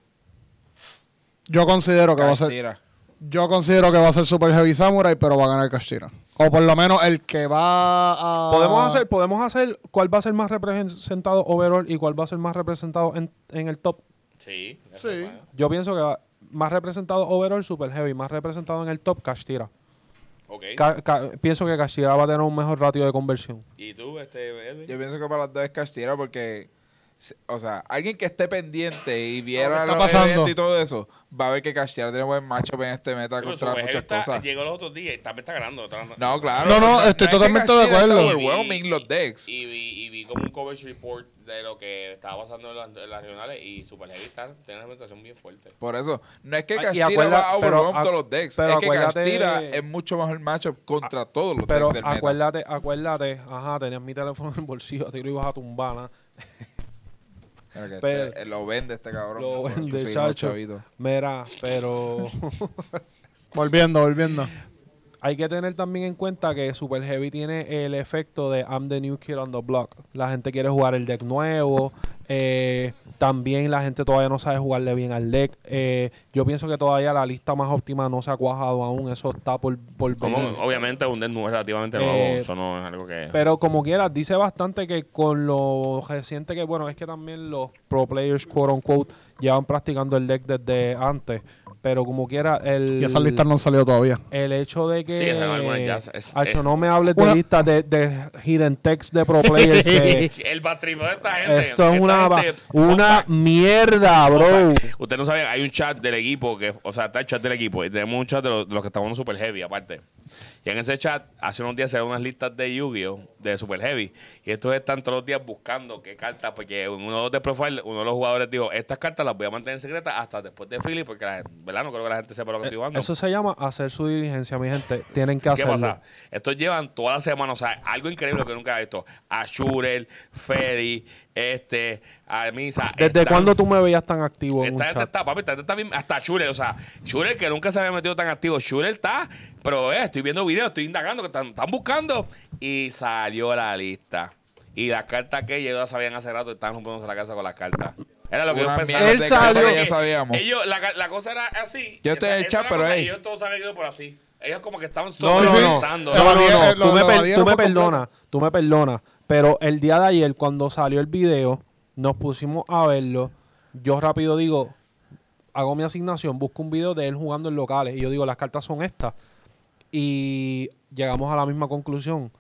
B: Yo considero que va a ser.
D: Castira.
B: Yo considero que va a ser Super Heavy Samurai, pero va a ganar cash tira. O por lo menos el que va a.
C: Podemos hacer, podemos hacer cuál va a ser más representado overall y cuál va a ser más representado en, en el top.
A: Sí. eso
B: Sí.
A: es bueno.
C: Yo pienso que va- más representado overall, super heavy, más representado en el top, Cash Tira.
A: Ok.
C: Ca- ca- pienso que Cash Tira va a tener un mejor ratio de conversión.
A: ¿Y tú, este, Edwin?
D: Yo pienso que para las dos es Castira porque, se- o sea, alguien que esté pendiente y viera
B: Lo que está
D: los
B: pasando.
D: eventos y todo eso, va a ver que Castira tiene buen matchup en este meta
A: Sí, pero
D: contra
A: Super Heavy
D: muchas
A: está-
D: cosas.
A: Llegó los otros días y también está ganando. está ganando.
D: No, claro.
B: No, no,
D: o sea,
B: estoy
D: es que
B: totalmente de
D: Castira
B: acuerdo.
D: Está overwhelming los decks.
A: Y vi, y vi como un coverage report de lo que estaba pasando en las, en las regionales y Super Heavy está, tiene una representación bien fuerte.
D: Por eso, no es que
C: Ay, Ah, y
D: Castira
C: acuerda-
D: va a
C: pero
D: overwhelm
C: ac-
D: todos los decks.
C: pero
D: Es que
C: acuérdate- Ah,
D: Castira es mucho mejor matchup contra todos los
C: Pero
D: decks del meta.
C: acuérdate, acuérdate, ajá, tenías mi teléfono en el bolsillo, a ti lo ibas a tumbar, ¿no?
D: Mira que este-
C: pero-
D: lo vende este cabrón.
C: Lo
D: Por
C: vende,
D: conseguir los
C: chacho.
D: chavitos.
C: Mira, pero
B: Volviendo, volviendo.
C: hay que tener también en cuenta que Super Heavy tiene el efecto de I'm the new kid on the block. La gente quiere jugar el deck nuevo. eh, también la gente todavía no sabe jugarle bien al deck. eh, yo pienso que todavía la lista más óptima no se ha cuajado aún. Eso está por, por venir.
A: Obviamente, un deck nuevo es relativamente
C: Eh,
A: nuevo. Eso no es algo que.
C: Pero como quieras, dice bastante que con lo reciente que, bueno, es que también los pro players, quote unquote, llevan practicando el deck desde antes. Pero como quiera, el.
B: Y esas listas no han salido todavía.
C: El hecho de que.
A: Sí, es alguna ya- es-
C: Hacho,
A: es-
C: no me hables de
B: Una-
C: listas de, de hidden text de pro players. que
A: el patrimonio de esta gente.
C: esto es
A: esta
C: una, va-
A: gente-
C: una mierda, bro. Eh,
A: Ustedes no saben, hay un chat del equipo, que, o sea, está el chat del equipo y tenemos un chat de los, de los que estamos en Super Heavy aparte. Y en ese chat, hace unos días se dieron unas listas de Yu-Gi-Oh! de Super Heavy. Y estos están todos los días buscando qué cartas, porque en uno de los de Profile, uno de los jugadores dijo, estas cartas las voy a mantener secretas hasta después de Philly, porque la, ¿verdad? no creo que la gente sepa lo que estoy jugando.
C: Eso se llama hacer su diligencia, mi gente. Tienen que
A: ¿Qué
C: hacerlo.
A: pasa? Estos llevan toda la semana, o sea, algo increíble que nunca he visto. A Shurel, Ferry, este, a Misa.
C: ¿Desde
A: están-
C: cuándo tú me veías tan activo en un
A: Esta gente
C: chat?
A: está, papi, esta gente está bien- hasta Shurel, o sea, Shurel que nunca se había metido tan activo. Shurel está, pero eh, estoy viendo videos, estoy indagando, que están, están buscando. Y salió la lista. Y las cartas que ellos ya sabían hace rato, estaban rompiéndose la casa con las cartas. Era lo que
D: Una
A: yo pensaba.
D: mierda
C: Él
D: de
C: salió-
D: cartas que
A: Porque
D: Ya sabíamos.
A: Ellos, la, ca- la cosa era así.
D: Yo estoy en el
A: Esa- esa
D: chat,
A: era la
D: pero,
A: cosa,
D: ey.
A: Ellos todos habían ido por así. Ellos como que estaban
C: No,
A: solo
C: no, no.
A: pensando.
B: Lo
C: No, no,
B: evadieron,
C: no.
B: eh, lo-
C: Tú me,
B: lo
C: per-
B: evadieron
C: tú me
B: por
C: perdonas, tú me perdonas. Pero el día de ayer, cuando salió el video, nos pusimos a verlo. Yo rápido digo, hago mi asignación, busco un video de él jugando en locales. Y yo digo, las cartas son estas. Y llegamos a la misma conclusión.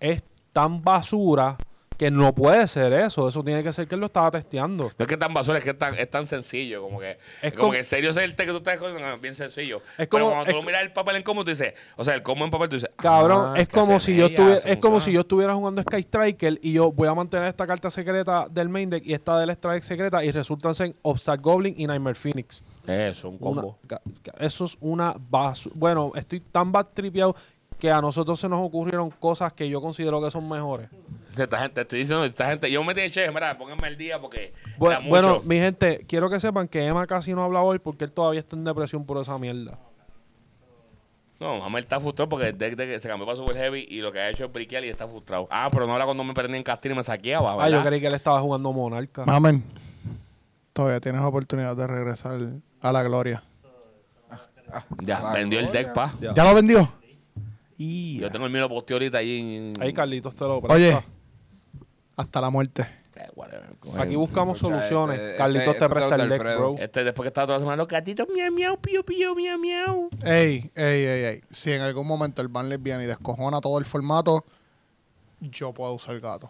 C: Es tan basura que no puede ser eso. Eso tiene que ser que él lo estaba testeando.
A: No es que es tan basura, es que es tan, es tan sencillo. Como que,
C: Es
A: como
C: como-
A: que serio es el té que tú estás escogiendo, es bien sencillo.
C: Es
A: Pero
C: como-
A: cuando tú
C: es-
A: miras el papel en combo, tú dices, o sea, el combo en papel, tú dices,
C: Cabrón,
A: ah,
C: es
A: que
C: como
A: se
C: si yo
A: mea,
C: estuviera,
A: se
C: es como
A: funciona.
C: si yo estuviera jugando Sky Striker y yo voy a mantener esta carta secreta del main deck y esta del strike secreta y resultan ser Obstacle Goblin y Nightmare Phoenix.
A: Eso, un
C: Una-
A: combo.
C: ca- ca- eso es una basura. Bueno, estoy tan backtripeado que a nosotros se nos ocurrieron cosas que yo considero que son mejores.
A: O sea, Esta gente, estoy diciendo, esta gente, yo me dije, che, mira, pónganme el día porque.
C: Bu-
A: era mucho.
C: bueno, mi gente, quiero que sepan que Emma casi no habla hoy porque él todavía está en depresión por esa mierda.
A: No, Hammer está frustrado porque el deck de que se cambió para Super Heavy y lo que ha hecho es briquear y está frustrado. Ah, pero no era cuando me prendí en Castillo y me saqueaba, ¿verdad?
C: Ah, yo creí que él estaba jugando Monarca.
B: Mamen, todavía tienes oportunidad de regresar a la gloria.
A: Ya,
D: Ah,
A: vendió el deck, pa.
C: Ya.
B: ¿Ya lo vendió?
A: Yo tengo el mío lo posteo ahorita allí en...
C: Ahí Carlitos te lo presta.
B: Oye, hasta la muerte.
A: Eh, whatever.
C: Aquí buscamos
D: Escucha,
C: soluciones.
A: eh,
D: este-
C: Carlitos
D: este-
C: te presta
D: este
C: el deck,
D: Alfredo.
C: bro.
A: Este, después que estaba toda la semana, los gatitos, miau, miau, piu, piu, miau, miau.
B: Ey, ey, ey, ey. Si en algún momento el ban les viene y descojona todo el formato, yo puedo usar gato.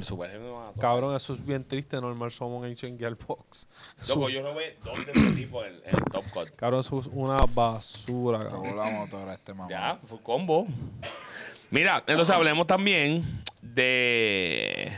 A: Super Heavy me mató.
C: Cabrón, eso es bien triste, normal Summon Ancient Gearbox.
A: Loco, yo robé dos de estos tipos en, en el Top Cut.
C: Cabrón, eso es una basura, cabrón.
D: Robó la motora este mamá.
A: Ya, fue combo. Mira, entonces hablemos también de.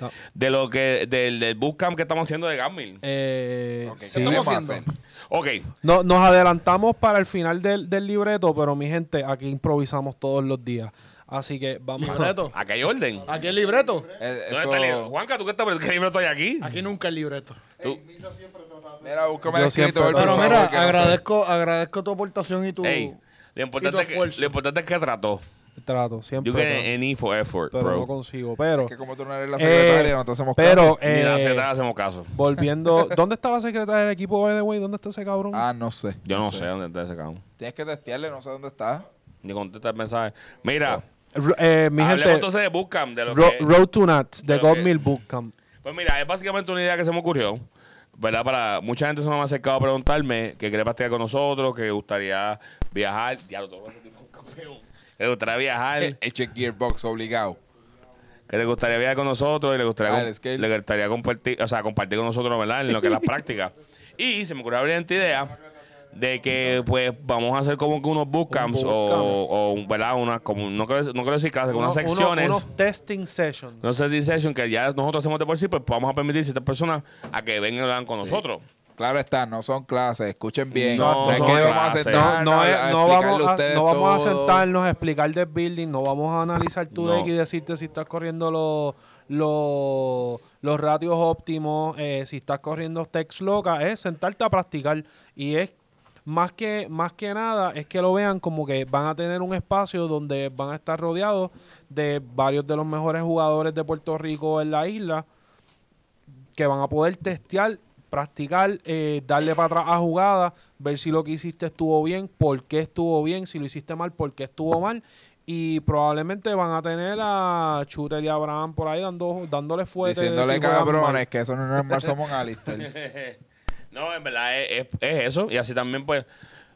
C: No.
A: De lo que. Del, del bootcamp que estamos haciendo de Gamil.
C: Eh,
D: Ok, ¿qué
C: sí.
D: tenemos que
B: haciendo?
D: hacer?
A: Ok.
C: No, nos adelantamos para el final del, del libreto, pero mi gente, aquí improvisamos todos los días. Así que vamos a...
B: ¿Libreto?
A: Aquí hay orden. ¿Dónde
B: ¿Aquí el libreto?
D: Eh,
A: está el libro?
D: Eso,
A: Juanca, ¿tú qué estás? ¿Qué libro estoy aquí?
B: Aquí nunca el libreto.
A: Tú-
D: mira, búscame el
C: Yo siempre-
D: escritor, por
B: Pero
D: favor,
B: mira,
D: que no sé.
B: agradezco, agradezco tu aportación y tu...
A: Ey, lo importante,
B: tu
A: es que,
B: esfuerzo.
A: lo importante es que trató.
C: Trato,
A: You
C: siempre.
A: get
C: trato,
A: an E for effort,
C: pero no
A: bro.
C: consigo, pero...
D: Que como tú no eres la
C: Eh,
D: secretaria, no te hacemos
C: pero,
D: caso.
A: Ni la
C: eh,
A: Z hacemos caso.
C: volviendo... ¿Dónde está la secretaria del equipo, by the way? ¿Dónde está ese cabrón?
D: Ah, no sé.
A: Yo no sé dónde está ese cabrón.
D: Tienes que testearle, no sé dónde está.
A: Ni contesta el mensaje. Mira,
C: R- eh, mi
A: hablemos
C: gente,
A: entonces de bootcamp. De lo
C: Ro-
A: que,
C: Road to Nuts, de
A: Creo que-
C: God Mill Bootcamp.
A: Pues mira, es básicamente una idea que se me ocurrió, ¿verdad? Para mucha gente se me ha acercado a preguntarme que quiere practicar con nosotros, que gustaría viajar. Diablo, todo ese tipo es campeón. Que le gustaría viajar,
D: Eh, Eche Gearbox obligado.
A: que le gustaría viajar con nosotros y le gustaría,
D: Ah,
A: com-
D: el skate.
A: le gustaría compartir, o sea, compartir con nosotros, ¿verdad? En lo que es las prácticas. Y se me ocurrió abrir esta idea de que pues vamos a hacer como que unos bootcamps
C: Un bootcamp.
A: o, o un- ¿verdad? Una, como, no, quiero, no quiero decir clases, como unas
C: Uno- uno-
A: secciones.
C: unos testing sessions.
A: No sé, session que ya nosotros hacemos de por sí, pues vamos a permitir a ciertas personas a que vengan y hablan con nosotros.
D: Claro está, no son clases, escuchen bien.
A: No,
D: es
A: son
D: que vamos a
A: clases.
D: sentarnos
C: Ah, no,
D: a-
C: es-
D: a
C: no vamos,
D: explicarle
C: a,
D: ustedes
C: no vamos a
D: todo.
C: sentarnos a explicar de building, no vamos a analizar tu
A: No.
C: deck y decirte si estás corriendo los, los, los ratios óptimos, eh, si estás corriendo text loca, es sentarte a practicar y es más que más que nada es que lo vean como que van a tener un espacio donde van a estar rodeados de varios de los mejores jugadores de Puerto Rico en la isla que van a poder testear, practicar, eh, darle para atrás a jugadas, ver si lo que hiciste estuvo bien, por qué estuvo bien, si lo hiciste mal, por qué estuvo mal. Y probablemente van a tener a Shooter y Abraham por ahí dando, dándole fuerte. de
D: Diciéndole
C: si juegan
D: cabrones
C: mal.
D: que eso no es normal, somos Alistair.
A: No, en verdad es, es- es eso. Y así también, pues,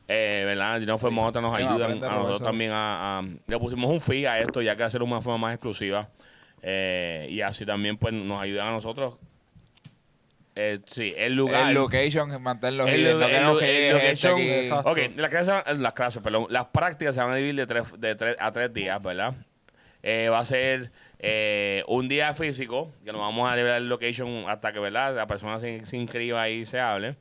A: eh, ¿verdad? No fue otra nos
D: Sí,
A: ayudan
D: aprende,
A: a nosotros
D: profesor.
A: también a, a- Le pusimos un fee a esto, ya que hacerlo de una forma más exclusiva. Eh, y así también, pues, nos ayudan a nosotros. Eh, sí, el lugar.
D: El location, manténlo
A: El
D: hidden,
A: lu-
D: no
A: el
D: queremos
A: lu-
D: que
A: el
D: llegue gente
A: location,
D: aquí.
C: exacto.
A: Ok, las clases, se van- las clases, perdón, las prácticas se van a dividir de tres, de tres a tres días, ¿verdad? Eh, va a ser eh, un día físico, que nos vamos a liberar el location hasta que, ¿verdad? La persona se, se inscriba y se hable.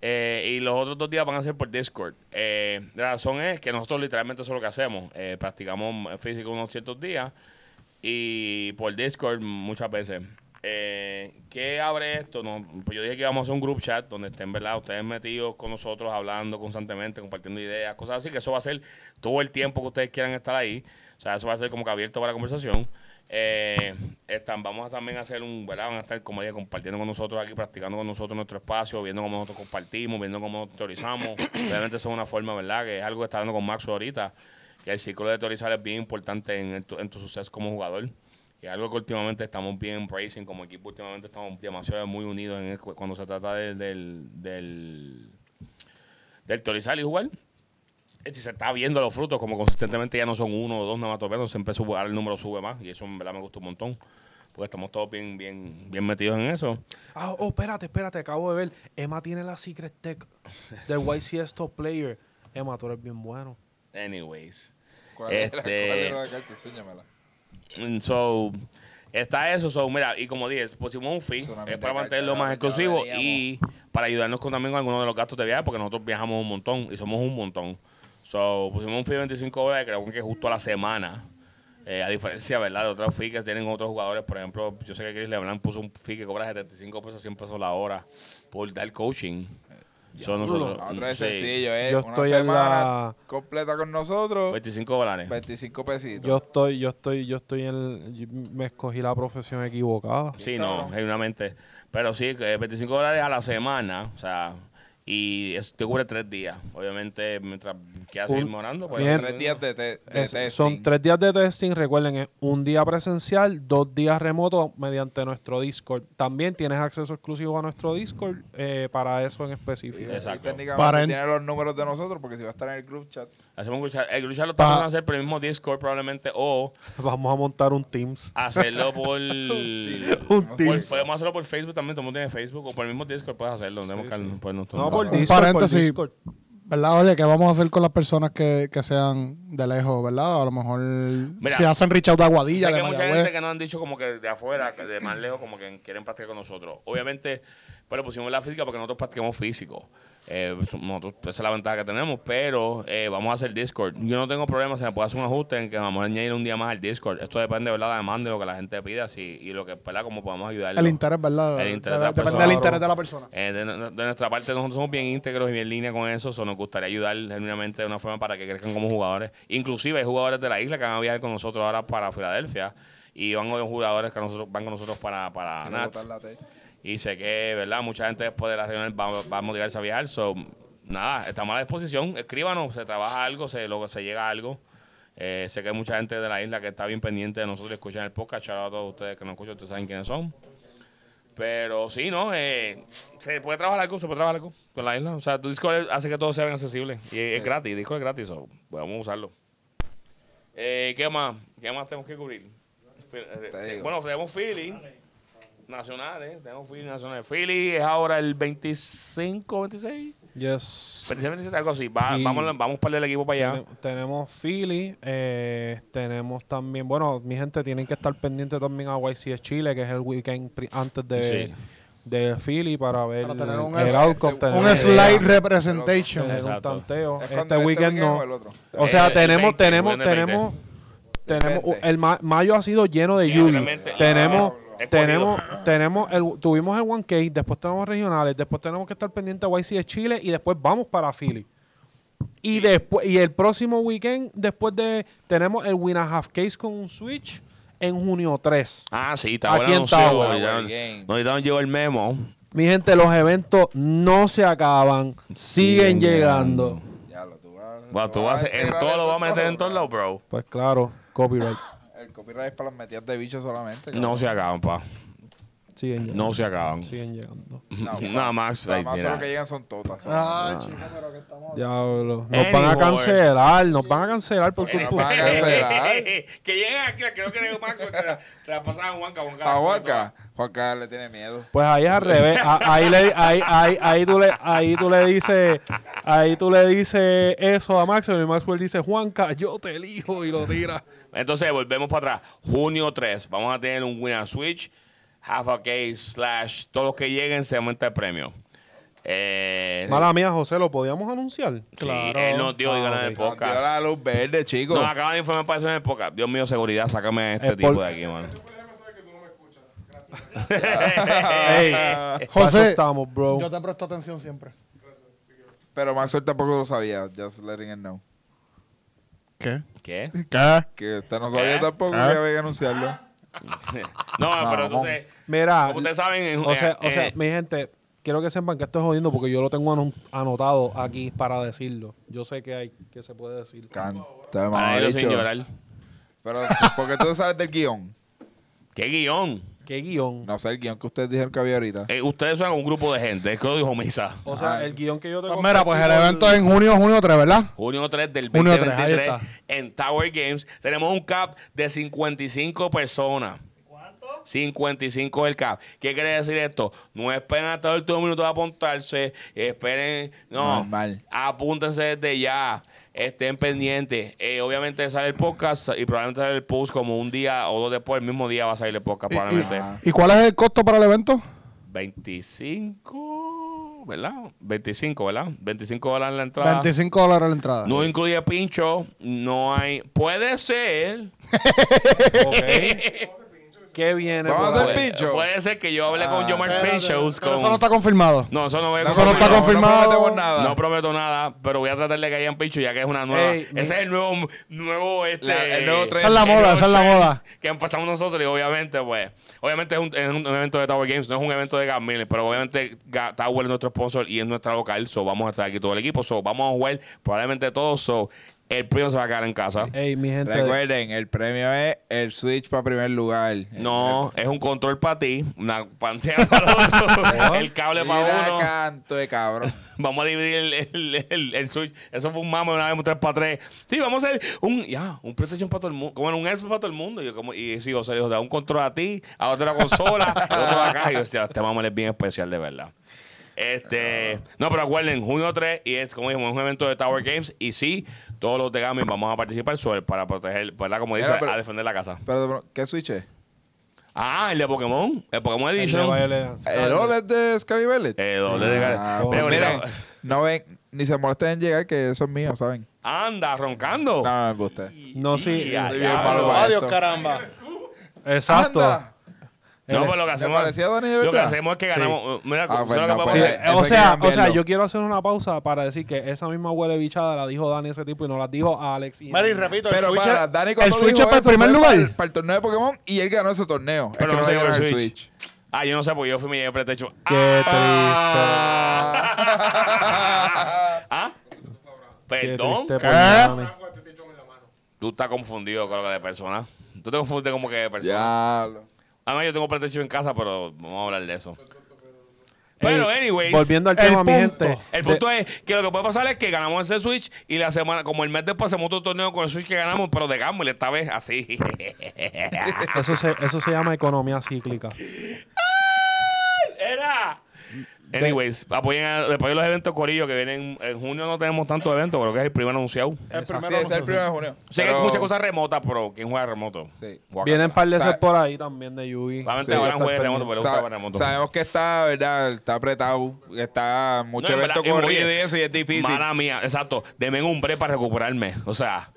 A: Eh, y los otros dos días van a ser por Discord. Eh, la razón es que nosotros literalmente eso es lo que hacemos. Eh, practicamos físico unos ciertos días y por Discord muchas veces. Eh, ¿Qué abre esto? No, pues yo dije que íbamos a hacer un group chat donde estén, ¿verdad? Ustedes metidos con nosotros, hablando constantemente, compartiendo ideas, cosas así, que eso va a ser todo el tiempo que ustedes quieran estar ahí. O sea, eso va a ser como que abierto para la conversación. Eh, están, vamos a también hacer un, ¿verdad? Van a estar, como dije, compartiendo con nosotros aquí, practicando con nosotros nuestro espacio, viendo cómo nosotros compartimos, viendo cómo teorizamos. Realmente eso es una forma, ¿verdad? Que es algo que está hablando con Max ahorita que el ciclo de teorizar es bien importante en, el tu, en tu suceso como jugador. Y algo que últimamente estamos bien embracing como equipo, últimamente estamos demasiado muy unidos en el- cuando se trata del, del, del, del teorizar y jugar. Este, Se está viendo los frutos, como consistentemente ya no son uno o dos nada más topeando, siempre sube, ahora el número sube más y eso en verdad me gusta un montón, porque estamos todos bien, bien, bien metidos en eso.
C: Ah, oh, espérate, espérate, acabo de ver. Emma tiene la Secret Tech del YCS Top Player. Emma, tú eres bien bueno.
A: Anyways.
D: ¿Cuál era-
A: Este-
D: cuál era la carta? Enséñamela.
A: Mm, So, está eso. So, mira, y como dije, pusimos un fin.
D: Solamente
A: Es para
D: carta
A: mantenerlo
D: de
A: más
D: la
A: exclusivo
D: mercadería,
A: y para ayudarnos con, también con algunos de los gastos de viaje, porque nosotros viajamos un montón y somos un montón. So, pusimos un fee de 25 dólares, creo que justo a la semana. Eh, a diferencia, ¿verdad? De otros fees que tienen otros jugadores. Por ejemplo, yo sé que Chris LeBlanc puso un fee que cobra 75 pesos, 100 pesos la hora por dar coaching. Son nosotros.
D: Otra vez
A: sí,
D: Eh, sencillo, ¿eh?
C: Yo
D: Una
C: estoy en
D: semana
C: la- Pues,
D: completa con nosotros,
A: 25 dólares.
D: 25 pesitos.
C: Yo estoy, yo estoy, yo estoy en el- me escogí la profesión equivocada.
A: Sí, no, genuinamente. Pero sí, que 25 dólares a la semana, o sea, y eso te cubre tres días. Obviamente, mientras quieras seguir
C: Un-
A: morando, pues...
C: Bien.
D: tres días de, te- de
C: Es-
D: testing.
C: Eh, son tres días de testing, recuerden, es un día presencial, dos días remoto mediante nuestro Discord. También tienes acceso exclusivo a nuestro Discord eh, para eso en
D: Y-
C: específico.
D: y
A: Exacto.
D: técnicamente
B: Para en-
D: tiene los números de nosotros porque si va a estar en el group chat.
A: Hacemos un chat. El group chat lo
B: Pa-
A: estamos hacer por el mismo Discord probablemente o
C: Vamos a montar un Teams.
A: hacerlo por...
C: Un
A: por-
C: Teams.
A: Podemos hacerlo por Facebook también, todo el mundo tiene Facebook o por el mismo Discord puedes hacerlo. tenemos que- pues, no,
C: No,
A: no-
C: por
A: no.
C: Discord.
B: paréntesis.
C: Por Discord.
B: ¿Verdad? Oye, ¿qué vamos a hacer con las personas que, que sean de lejos, verdad? A lo mejor si hacen reach out de Aguadilla,
A: Sé que
B: de
A: hay mucha gente
B: Mayagüez.
A: que nos han dicho como que de afuera, que de más lejos, como que quieren practicar con nosotros. Obviamente, pero pusimos la física porque nosotros practicamos físico. Eh, so- nosotros, esa es la ventaja que tenemos, pero eh, vamos a hacer Discord. Yo no tengo problema, se me puede hacer un ajuste en que vamos a añadir un día más al Discord. Esto depende, ¿verdad? de La demanda, de lo que la gente pida si, y lo que, ¿verdad? Cómo podamos ayudarlo.
B: El interés, ¿verdad?
A: El interés de la
B: Debe- Depende
A: persona.
B: del interés de la persona.
A: Eh, de, de nuestra parte, nosotros somos bien íntegros y bien en línea con eso. so nos gustaría ayudar genuinamente de una forma para que crezcan como jugadores. Inclusive hay jugadores de la isla que van a viajar con nosotros ahora para Filadelfia. Y van con jugadores que nosotros, van con nosotros para, para
D: Quiero botar
A: Nats.
D: la
C: Este
D: T.
A: Y sé que, ¿verdad? Mucha gente después de la reunión va, va a motivarse a viajar. So, nada, estamos a la disposición. Escríbanos, se trabaja algo, se, lo, se llega a algo. Eh, sé que hay mucha gente de la isla que está bien pendiente de nosotros y escuchan el podcast. Shout out a todos ustedes que no escuchan, ustedes saben quiénes son. Pero sí, ¿no? Eh, se puede trabajar algo, se puede trabajar algo con la isla. O sea, tu Discord hace que todo sea bien accesible. Y es, es gratis, Discord es gratis. so, pues vamos a usarlo. Eh, ¿Qué más? ¿Qué más tenemos que cubrir? eh,
D: Te digo.
A: Bueno, tenemos Philly. Nacionales, tenemos Philly nacionales. Philly es ahora el 25, 26,
C: Yes.
A: 26, 27, algo así. Va-
C: Y-
A: vamos, vamos para el equipo para allá.
C: Tenem- Tenemos Philly, eh, tenemos también, bueno, mi gente tienen que estar pendiente también a YCS Chile, que es el weekend pri- antes de,
A: Sí.
C: de Philly para ver
B: Para tener un
C: el
B: es-
C: outcome, tener una
B: Un
C: idea,
B: slide
C: tener
B: representation.
C: un
A: Exacto.
C: tanteo.
D: ¿Es
C: Este,
D: cuando- este
C: weekend
D: o el
C: no.
D: otro?
C: O sea,
A: Eh, el
C: tenemos,
A: 20,
C: tenemos,
A: weekend del
C: tenemos,
D: 20.
C: tenemos,
D: Del 20.
C: el ma- mayo ha sido lleno de
A: Sí,
C: lluvia.
A: realmente.
C: Tenemos,
A: Ah, es
C: tenemos, tenemos el, tuvimos el 1K, después tenemos regionales, después tenemos que estar pendiente a YC de Chile y después vamos para Philly. Y después, y el próximo weekend, después de, tenemos el Win a Half Case con un Switch en junio 3.
A: Ah, sí, está
C: Aquí
A: bueno.
C: en
A: anuncio,
C: Tower.
A: güey, ya-
D: Tower Games.
A: No, yo llevo el memo.
C: Mi gente, los eventos no se acaban, siguen
A: Siguen llegando.
C: llegando.
D: Ya lo, tú vas,
A: Bueno, tú vas a en
D: integrar
A: todo
D: eso
A: lo vas a meter en
D: todo,
A: todos lados, bro.
C: Pues claro, copyright.
D: bro. El copyright es para las metidas de bicho solamente.
A: No
D: cabrón.
A: se acaban, pa.
C: Siguen llegando.
A: No se acaban.
C: Siguen llegando.
A: Nada
D: pa.
A: más,
D: Nada
A: like,
D: más
A: mira.
D: solo que llegan son totas. son-
B: Ah, chica, pero que estamos
C: Diablo. Nos van
A: Anyhow.
C: a cancelar, nos van a cancelar por
A: Eh,
C: culpa.
D: van a cancelar.
A: que lleguen aquí, creo que era Max, porque se la pasaban a Juanca, Juanca.
D: A Ah, Juanca. Juanca le tiene miedo.
C: Pues ahí es al revés. A- Ahí, le, ahí, ahí, ahí, tú le, ahí tú le dices, ahí tú le dices eso a Maxwell y Maxwell dice, Juanca, yo te elijo y lo tira.
A: Entonces, volvemos para atrás. Junio 3, vamos a tener un Winner Switch, Half a Case, slash, todos los que lleguen se aumenta el premio. Eh,
C: Mala mía, José, ¿lo podíamos anunciar?
A: sí, él nos dio y ganó el
C: Ah, ok.
D: Nos dio
A: podcast.
D: la luz verde, chicos.
A: Nos acaba de informar para eso en el podcast. Dios mío, seguridad, sácame a este
C: Es
A: tipo
C: por-
A: de aquí, mano. Eh,
C: Ey, para eso
B: José,
C: estamos, bro.
B: Yo te presto atención siempre.
D: Pero Maxwell tampoco lo sabía. Just letting it know.
B: ¿Qué?
A: ¿Qué?
B: ¿Qué?
D: Que usted no sabía
A: ¿Eh?
D: tampoco
B: ¿Eh?
D: que había que anunciarlo.
A: No, pero
D: Mamón.
A: entonces,
C: Mira,
A: como ustedes saben, en-
C: o sea,
A: eh,
C: o sea,
A: eh,
C: mi gente, quiero que sepan que esto es jodiendo porque yo lo tengo anu- anotado aquí para decirlo. Yo sé que hay, que se puede decir.
D: Canta,
A: para ellos sin
D: mamabicho.
A: llorar.
D: Pero, ¿por qué tú sales del guión?
A: ¿Qué guión?
C: ¿Qué guión?
D: No sé, el guión que ustedes dijeron que había ahorita.
A: Eh, ustedes son un grupo de gente, es que lo dijo Misa.
C: O sea, el guión que yo te
B: Pues
C: compartí
B: mira, pues el
C: por-
B: evento es en junio, junio 3, ¿verdad?
A: Junio 3 del
B: Junio 3, ahí
A: 2023
B: está.
A: en Tower Games. Tenemos un cap de 55 personas.
E: ¿Cuánto?
A: 55 el cap. ¿Qué quiere decir esto? No esperen hasta el último minuto de apuntarse. Esperen. No.
D: Normal.
A: Apúntense desde ya. Estén pendientes. Eh, obviamente sale el podcast y probablemente sale el post como un día o dos después. El mismo día va a salir el podcast probablemente.
B: ¿Y cuál es el costo para el evento?
A: 25, ¿verdad? 25, ¿verdad? 25 dólares en la entrada.
B: 25 dólares la entrada.
A: No incluye pincho, no hay. Puede ser.
C: Ok. ¿Qué viene?
D: Vamos
C: por
D: a
C: ahí?
D: hacer pincho.
A: ¿eh? Puede ser que yo hable con Yomar Pinchos.
B: Pero
A: Con...
B: eso no está confirmado.
A: No, eso no voy a
D: No,
B: Eso no está
A: confirmar.
B: confirmado.
D: No prometemos nada.
A: No prometo nada, pero voy a tratar de que hayan pincho ya que es una nueva.
C: Ey, mi-
A: ese es el nuevo, nuevo este.
D: La- el nuevo tren.
B: Esa es la
A: el
B: moda,
A: nuevo
B: esa es la
A: trend
B: moda.
A: Que empezamos nosotros y obviamente, pues, obviamente es un, es un evento de Tower Games, no es un evento de Gas Miller, pero obviamente Ga- Tower es nuestro sponsor y es nuestra local, so vamos a estar aquí todo el equipo, so vamos a jugar probablemente todos, so el primo se va a quedar en casa.
C: Ey, mi gente.
D: Recuerden, el premio es el Switch para primer lugar.
A: No, es un control para ti, una pantalla para otro, el cable para
D: Mira,
A: uno.
D: canto de cabrón.
A: Vamos a dividir el, el, el- el Switch. Eso fue un mame una vez, un 3 para 3. Sí, vamos a hacer un, ya, un PlayStation para todo el mundo. Como en un Xbox para todo el mundo. Y, yo como, y sí, o sea, yo, da un control a ti, a otra consola, a otro acá. Y yo, hostia, este mame es bien especial, de verdad. Este, no, pero acuerden, junio 3, y es como dijimos, es un evento de Tower Games. Y sí, todos los de Gaming vamos a participar sobre- para proteger, ¿verdad? Como dice,
D: Mira, pero-
A: a defender la casa.
D: Pero, pero, ¿qué Switch
A: Eh,
D: es?
A: Ah, el de Pokémon, el Pokémon
C: el de
A: Edition.
C: Violet.
D: ¿El OLED Ah, de Scary Velvet?
A: Eh, doble de
D: Ah,
A: Mira,
D: pues
A: mira,
D: miren, no ven, ni se molesten en llegar, que eso es mío, ¿saben?
A: Anda, roncando.
D: No, no, no, usted.
C: Ah, No, sí.
A: Ya,
D: soy bien
A: ya,
D: malo
A: no.
D: para
B: Adiós,
D: esto.
B: caramba.
C: Exacto.
D: Anda. Ah,
A: No, pero lo que
D: ¿Te
A: hacemos.
D: parecía, Dani, de
A: Lo que
D: verdad?
A: hacemos es que ganamos. Mira,
D: Ah,
A: ¿sabes
D: pues
A: lo
D: no,
A: que
D: pues,
A: vamos a
D: eh,
A: hacer?
C: Eh, o
D: Eso
C: sea,
D: quieren
C: o sea,
D: verlo.
C: yo quiero hacer una pausa para decir que esa misma huele bichada la dijo Dani ese tipo y no la dijo Alex. y-
B: Mira, y repito,
D: Pero
B: el Switch
D: para,
B: es-
D: Dani cuando
B: el Switch
D: dijo
B: es para el
D: eso
B: primer
D: fue
B: lugar.
D: Para el, para el torneo de Pokémon y él ganó ese torneo.
A: Pero no
D: es
A: se
D: que
A: llevó
D: no
A: el
D: el
A: Switch.
D: Switch.
A: Ah, yo no sé porque yo fui y me llevé pretecho.
C: Qué
A: Ah. ¿Ah?
C: Qué
A: Perdón.
C: triste por
B: ¿Qué?
C: Dani.
A: Tú estás confundido con lo que de persona. Tú te confundes como que de persona.
D: Diablo.
A: Además, yo tengo pretecho en casa, pero vamos a hablar de eso. Pero,
C: Ey,
A: anyways.
C: Volviendo al
B: el
C: tema, mi
B: punto.
C: gente.
A: El punto es que lo que puede pasar es que ganamos ese Switch y la semana, como el mes después, hacemos otro torneo con el Switch que ganamos, pero de Gamble esta vez así.
C: de- eso, se, eso se llama economía cíclica.
A: Era. Anyways, apoyen a, después de los eventos Corillo que vienen en junio. No tenemos tantos eventos, creo que es el primer anunciado.
B: el primero
D: Sí, ese es
B: no
D: el
B: sé.
D: primero de junio.
A: Sé que
D: Pero-
A: hay muchas cosas remotas, pero ¿quién juega remoto?
D: Sí.
A: Guacala.
C: Vienen par de
D: O sea,
C: sets por ahí también de Yugi.
A: Realmente
D: Sí,
A: ahora
C: está
A: juegan remoto, pero
C: pendiente.
D: Sa-
A: juega remoto.
D: sabemos que está, ¿verdad? Está apretado, está mucho
A: No, en
D: evento
A: verdad, y
D: corrido y
A: oye,
D: eso, y es difícil.
A: Mala mía, exacto. Deme un break para recuperarme. O sea,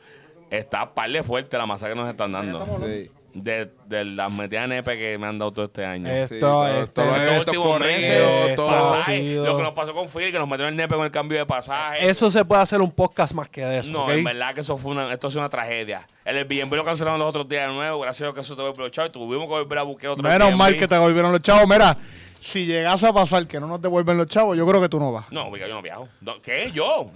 A: está par de fuerte la masacre que nos están dando.
D: Sí.
A: De, de las metidas en EPE que me han dado todo este año.
C: Eh,
D: Sí,
C: Esto,
D: todo-
C: este,
D: todos los
A: Los
D: eventos
A: últimos
D: corridos,
A: meses, eh,
D: todo.
C: pasa-
A: pasajes,
C: sido-
A: lo que nos pasó con Phil, que nos metieron el nepe con el cambio de pasaje.
C: Eso se puede hacer un podcast más que de eso.
A: No,
C: ¿ok?
A: en verdad que eso fue una, esto es una tragedia. El Airbnb lo cancelaron los otros días de nuevo, gracias a Dios que eso te voy a y Tuvimos que volver a buscar otro
B: Menos
A: Airbnb.
B: mal que te devolvieron los chavos. Mira, si llegase a pasar que no nos devuelven los chavos, yo creo que tú no vas.
A: No, porque yo no viajo. No, ¿Qué? ¿Yo?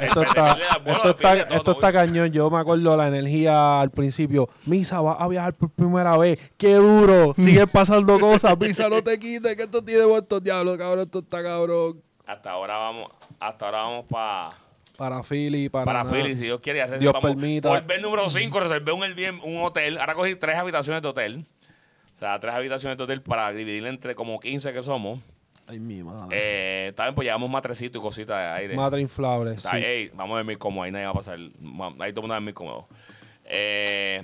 C: Esto
A: Depende
C: está,
A: de la- bueno,
C: esto está,
A: depende de todo,
C: esto está
A: güey.
C: cañón. Yo me acuerdo la energía al principio. Misa va a viajar por primera vez. Qué duro. Siguen pasando cosas. Misa, no te quites. Que esto tiene vuestro diablo, cabrón. Esto está cabrón.
A: Hasta ahora vamos, hasta ahora vamos pa-
C: Para Philly, para.
A: para
C: nada.
A: Philly, si Dios quiere. ya
C: Dios
A: reservamos-
C: permita.
A: Volver número 5, reservé un, Airbnb, un hotel. Ahora cogí tres habitaciones de hotel. O sea, tres habitaciones de hotel para dividirle entre como 15 que somos.
C: Ay, mi madre.
A: Eh, también pues llevamos matrecito y cositas de aire.
C: Madre inflable.
A: O sea, ey, vamos a dormir cómodo, ahí nadie va a pasar. ma- Ahí todo el mundo va a dormir cómodo. Eh,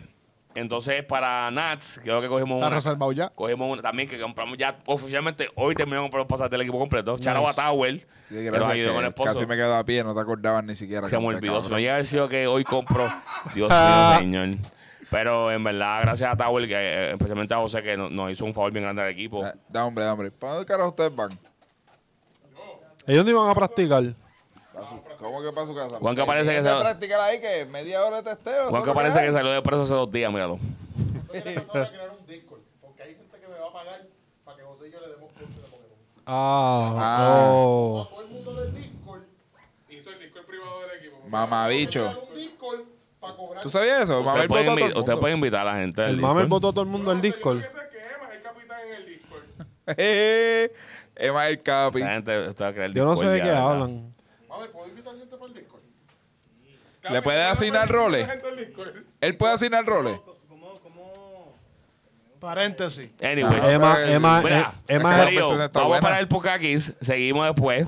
A: entonces, para Nats, creo que cogimos
B: Está
A: una.
B: reservado ya.
A: Cogimos una también que compramos ya oficialmente. Hoy terminamos con los pasajes del equipo completo.
C: Nice.
A: Charaba Tower.
D: Sí,
A: que nos
D: gracias,
A: ayudó
D: que
A: con el esposo.
D: casi me quedo a pie, no te acordabas ni siquiera.
A: Se me
D: como te
A: olvidó. Si no
D: cabrón.
A: llega a haber sido que hoy compro. Dios mío, señor. Pero en verdad, gracias a Tower, que, eh, especialmente a José, que no- nos hizo un favor bien grande al equipo.
D: Da- Da hombre, da hombre. ¿Para dónde carajo ustedes van?
C: Ellos no iban a practicar.
D: Pa' su- ¿Cómo que para su casa?
A: Juanca parece que
D: se...
A: se-
D: practicar ahí que media hora de testeo?
A: Juan, que parece que salió de preso hace dos días, míralo.
C: Ah,
D: Ah.
C: oh.
D: Mamabicho. ¿Tú sabías eso? Mamá,
A: Ustedes
D: el
A: pueden,
D: voto
A: invi-
D: a todo el
A: ustedes
D: mundo.
A: pueden invitar a la gente. al
C: El mame
A: Discord.
C: votó a todo el mundo el Discord.
D: Eh, Es más el capi.
A: La gente está a crear
C: Yo no sé de
A: discordia,
C: qué
A: ¿verdad?
C: hablan.
D: ¿Le puede asignar roles? ¿Él puede asignar roles?
E: ¿Cómo, cómo?
B: Paréntesis.
A: Anyways.
D: Ah,
C: Emma,
D: eh,
C: Emma,
A: Pues, Mira,
C: eh, Emma,
D: es que
A: Corillo,
D: la persona está
A: vamos
D: buena.
A: para el Pocakis, seguimos después.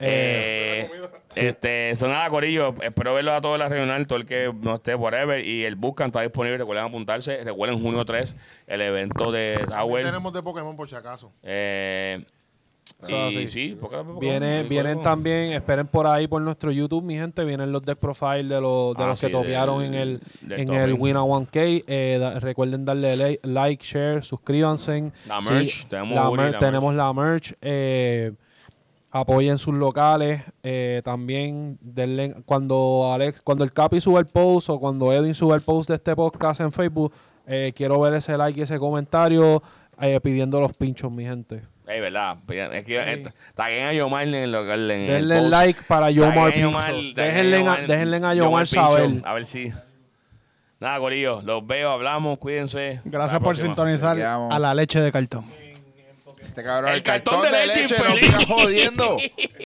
A: Eh, este, son nada, Corillo. Espero verlos a todos en la regional, todo el que no esté, whatever. Y el Buscan está disponible, recuerden apuntarse. Recuerden junio 3, el evento de Tower.
F: tenemos de Pokémon por si acaso.
A: Eh, Y
C: Eso es así.
A: sí, porque ahora mismo
C: Viene,
A: con-
C: vienen
A: con-
C: también, esperen por ahí por nuestro YouTube, mi gente, vienen los deck profile de los, de
A: Ah,
C: los
A: sí,
C: que topearon
A: del-
C: en el
A: del
C: en el
A: topping.
C: Win a 1K. Eh, da- recuerden darle like, like, share, suscríbanse.
A: La merch, tenemos
C: la
A: hoodie,
C: mer-
A: la
C: tenemos la merch. eh, apoyen sus locales. eh, también denle, cuando Alex, cuando el Capi sube el post o cuando Edwin sube el post de este podcast en Facebook, eh, quiero ver ese like y ese comentario eh, pidiendo los pinchos, mi gente.
A: Ey, verdad. Es que eh, taguen a Yomar en lo- en el
C: Denle
A: post.
C: like para Yomar
A: Taguen a
C: Pinchos.
A: taguen
C: Déjenle a-
A: Yomar-
C: déjenle a Yomar
A: Pincho,
C: saber.
A: A ver si. Nada, Corillo, los veo, hablamos, cuídense. Hasta la
B: Gracias por
A: próxima.
B: sintonizar
D: Te amo.
B: a la leche de cartón.
D: Este cabrón,
A: El cartón de leche,
D: no
A: infeliz.
D: sigas jodiendo.